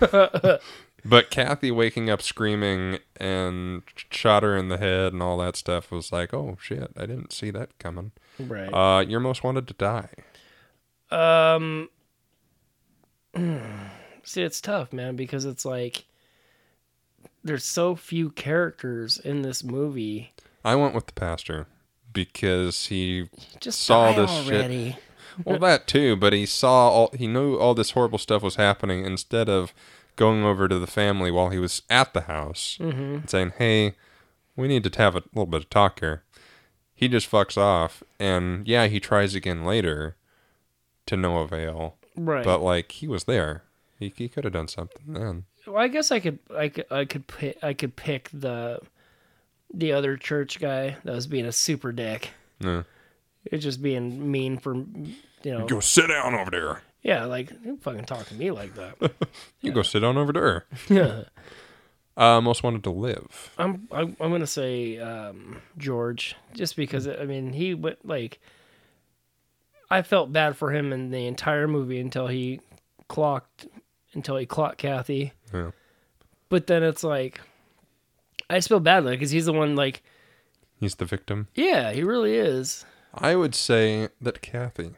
Speaker 2: but Kathy waking up screaming and shot her in the head and all that stuff was like, oh shit, I didn't see that coming.
Speaker 4: right
Speaker 2: Uh, you're most wanted to die.
Speaker 4: Um, see, it's tough, man, because it's like there's so few characters in this movie.
Speaker 2: I went with the pastor because he
Speaker 4: Just
Speaker 2: Saw
Speaker 4: die
Speaker 2: this shit.
Speaker 4: already.
Speaker 2: well that too but he saw all he knew all this horrible stuff was happening instead of going over to the family while he was at the house and saying hey we need to have a little bit of talk here he just fucks off and yeah he tries again later to no avail
Speaker 4: Right.
Speaker 2: but like he was there he, he could have done something then
Speaker 4: Well, I guess I could, I could, I could pick, I could pick the the other church guy that was being a super dick.
Speaker 2: Yeah.
Speaker 4: It's just being mean for you know.
Speaker 2: go sit down over there
Speaker 4: Yeah, like don't fucking talk to me like that.
Speaker 2: you go sit down over there
Speaker 4: yeah,
Speaker 2: uh, most wanted to live
Speaker 4: I'm, I'm, I'm gonna say um, George, just because I mean he went like. I felt bad for him in the entire movie until he clocked, until he clocked Kathy.
Speaker 2: Yeah.
Speaker 4: But then it's like, I just feel bad though because he's the one like
Speaker 2: he's the victim
Speaker 4: Yeah, he really is.
Speaker 2: I would say that Kathy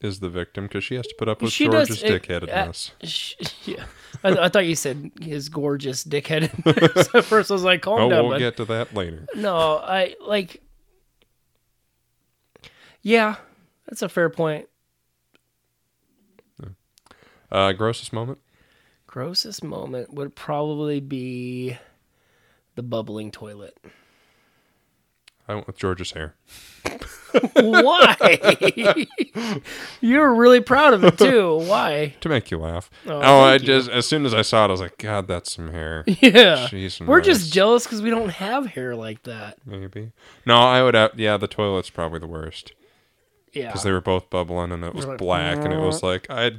Speaker 2: is the victim because she has to put up with
Speaker 4: She does-
Speaker 2: George's
Speaker 4: it- uh,
Speaker 2: dickheadedness.
Speaker 4: Sh- Yeah, I, I thought you said his gorgeous dickheadedness. At first, I was like, "Calm
Speaker 2: oh,
Speaker 4: down,
Speaker 2: we'll
Speaker 4: bud."
Speaker 2: get to that later.
Speaker 4: No, I like. Yeah, that's a fair point.
Speaker 2: Uh, grossest moment?
Speaker 4: Grossest moment would probably be the bubbling toilet.
Speaker 2: I went with George's hair.
Speaker 4: Why? You're really proud of it too. Why?
Speaker 2: To make you laugh. Oh, I
Speaker 4: thank you.
Speaker 2: just as soon as I saw it, I was like, God, that's some hair.
Speaker 4: Yeah.
Speaker 2: Jeez,
Speaker 4: We're
Speaker 2: nice.
Speaker 4: just jealous because we don't have hair like that.
Speaker 2: Maybe. No, I would out. Yeah, the toilet's probably the worst
Speaker 4: Yeah.
Speaker 2: because they were both bubbling and it was black and it was like I.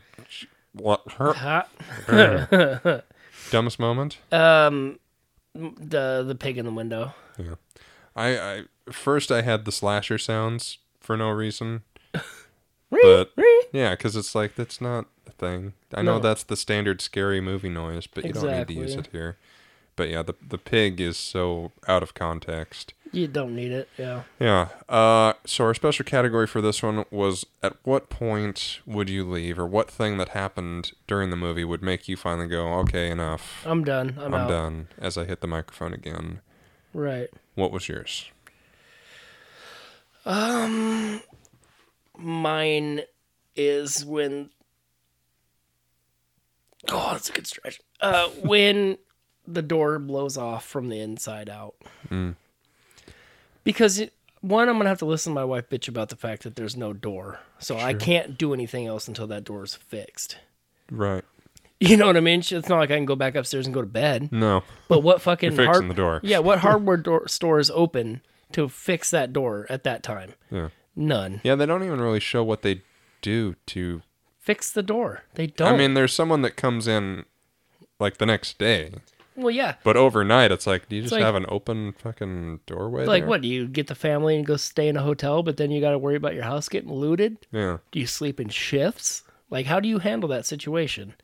Speaker 2: What her
Speaker 4: Hot.
Speaker 2: dumbest moment?
Speaker 4: Um, the the pig in the window.
Speaker 2: I, I first I had the slasher sounds for no reason, but yeah, because it's like that's not a thing. I know
Speaker 4: No.
Speaker 2: that's the standard scary movie noise, but you don't need to use it
Speaker 4: Exactly.
Speaker 2: here. But yeah, the the pig is so out of context.
Speaker 4: You don't need it. Yeah.
Speaker 2: Yeah. Uh, so our special category for this one was: at what point would you leave, or what thing that happened during the movie would make you finally go, "Okay, enough,
Speaker 4: I'm done. I'm,
Speaker 2: I'm,
Speaker 4: out.
Speaker 2: done"? As I hit the microphone again.
Speaker 4: Right.
Speaker 2: What was yours?
Speaker 4: Mine is when. Oh, that's a good stretch. Uh, when the door blows off from the inside out. Because it- one, I'm gonna have to listen to my wife bitch about the fact that there's no door, so I can't do anything else until that door is fixed.
Speaker 2: Right.
Speaker 4: You know what I mean? It's not like I can go back upstairs and go to bed.
Speaker 2: No.
Speaker 4: But what fucking
Speaker 2: fixing
Speaker 4: hard-
Speaker 2: the door.
Speaker 4: Yeah, what hardware door store is open to fix that door at that time?
Speaker 2: Yeah.
Speaker 4: None.
Speaker 2: Yeah, they don't even really show what they do to.
Speaker 4: Fix the door. They don't.
Speaker 2: I mean, there's someone that comes in like the next day,
Speaker 4: well, yeah.
Speaker 2: but overnight it's like, do you just
Speaker 4: like-
Speaker 2: have an open fucking doorway?
Speaker 4: Like,
Speaker 2: there?
Speaker 4: what do you get the family and go stay in a hotel, but then you got to worry about your house getting looted?
Speaker 2: Yeah.
Speaker 4: Do you sleep in shifts? Like, how do you handle that situation?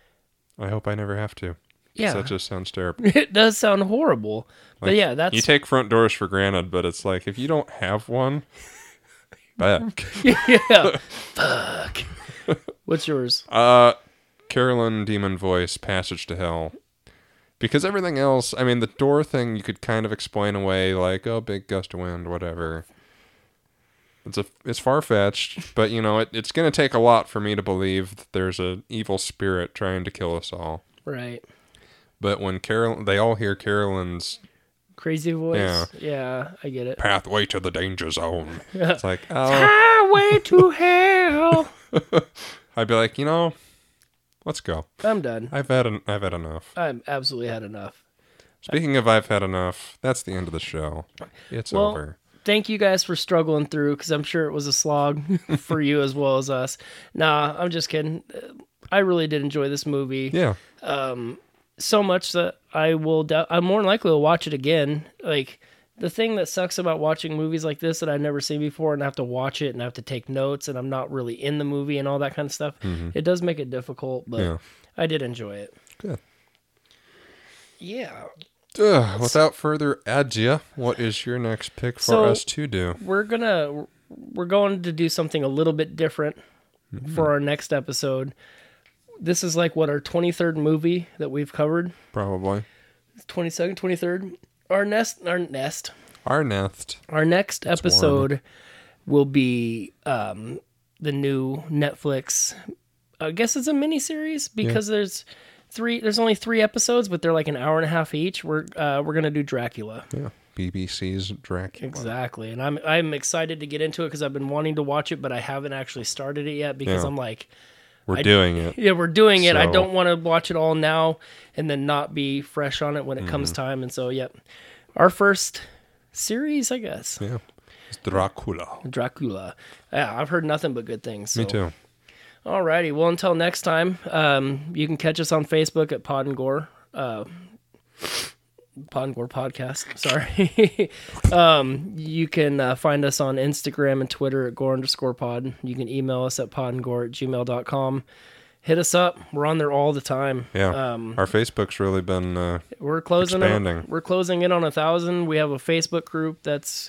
Speaker 2: I hope I never have to. 'cause
Speaker 4: Yeah,
Speaker 2: That just sounds terrible.
Speaker 4: it does sound horrible, but
Speaker 2: Like,
Speaker 4: yeah, that's
Speaker 2: You take front doors for granted, but it's like if you don't have one, back.
Speaker 4: yeah. Fuck. What's yours?
Speaker 2: Uh, Carolyn Demon Voice, Passage to Hell. Because everything else, I mean, the door thing you could kind of explain away, like, oh, big gust of wind, whatever. It's a, it's far fetched, but you know, it, it's going to take a lot for me to believe that there's an evil spirit trying to kill us all.
Speaker 4: Right.
Speaker 2: But when Carol, they all hear Carolyn's
Speaker 4: Crazy voice. Yeah, I get it.
Speaker 2: pathway to the danger zone. It's like, oh,
Speaker 4: Highway to hell.
Speaker 2: I'd be like, you know, let's go.
Speaker 4: I'm done.
Speaker 2: I've had, an, I've had enough.
Speaker 4: I've absolutely had enough.
Speaker 2: Speaking of I've had enough, that's the end of the show. It's
Speaker 4: Well,
Speaker 2: over.
Speaker 4: Thank you guys for struggling through because I'm sure it was a slog for you as well as us. Nah, I'm just kidding. Uh, I really did enjoy this movie
Speaker 2: Yeah.
Speaker 4: so much that I will. dou- I'm more than likely to watch it again. Like the thing that sucks about watching movies like this that I've never seen before and I have to watch it and I have to take notes and I'm not really in the movie and all that kind of stuff. It does make it difficult, but
Speaker 2: Mm-hmm. Yeah.
Speaker 4: I did enjoy it.
Speaker 2: Good.
Speaker 4: Yeah.
Speaker 2: Ugh, without further ado, what is your next pick for
Speaker 4: So-
Speaker 2: us to do?
Speaker 4: we're gonna we're going to do something a little bit different for our next episode. This is like what our 23rd movie that we've covered.
Speaker 2: Probably.
Speaker 4: 22nd, 23rd. Our nest our nest.
Speaker 2: Our next.
Speaker 4: Our next episode will be um the new Netflix I guess it's a mini series because there's three there's only 3 episodes but they're like an hour and a half each. We're uh, we're going to do Dracula.
Speaker 2: Yeah. BBC's Dracula.
Speaker 4: Exactly. And I'm I'm excited to get into it because I've been wanting to watch it, but I haven't actually started it yet because
Speaker 2: Yeah.
Speaker 4: I'm like,
Speaker 2: We're doing it.
Speaker 4: yeah, we're doing it. I
Speaker 2: So-
Speaker 4: don't want to watch it all now and then not be fresh on it when it comes
Speaker 2: Mm-hmm.
Speaker 4: time. And so, yep, our first series, I guess,
Speaker 2: Yeah. It's Dracula.
Speaker 4: Dracula. Yeah, I've heard nothing but good things.
Speaker 2: Me
Speaker 4: so.
Speaker 2: too.
Speaker 4: Alrighty. Well, until next time, um, you can catch us on Facebook at Pod and Gore. Uh, Pod and Gore podcast. Sorry. um, you can uh, find us on Instagram and Twitter at gore underscore pod. You can email us at pod and gore at gmail.com. Hit us up. We're on there all the time.
Speaker 2: Yeah.
Speaker 4: Um,
Speaker 2: Our Facebook's really been. Uh,
Speaker 4: we're closing.
Speaker 2: expanding.
Speaker 4: On, we're closing in on a thousand. We have a Facebook group that's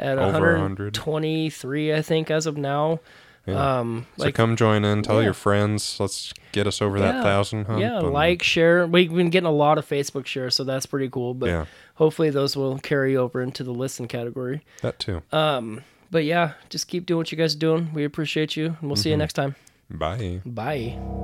Speaker 4: at
Speaker 2: Over 100.
Speaker 4: 123, I think, as of now.
Speaker 2: Yeah.
Speaker 4: Um,
Speaker 2: So
Speaker 4: like,
Speaker 2: come join in. Tell
Speaker 4: Yeah.
Speaker 2: your friends. Let's get us over that
Speaker 4: Yeah.
Speaker 2: thousand. hump
Speaker 4: yeah,
Speaker 2: and-
Speaker 4: like, share. We've been getting a lot of Facebook shares, so that's pretty cool. But
Speaker 2: Yeah.
Speaker 4: hopefully those will carry over into the listen category.
Speaker 2: that too.
Speaker 4: uh,
Speaker 2: Mm-hmm.
Speaker 4: But yeah, just keep doing what you guys are doing. We appreciate you, and we'll see you next time.
Speaker 2: Bye.
Speaker 4: Bye.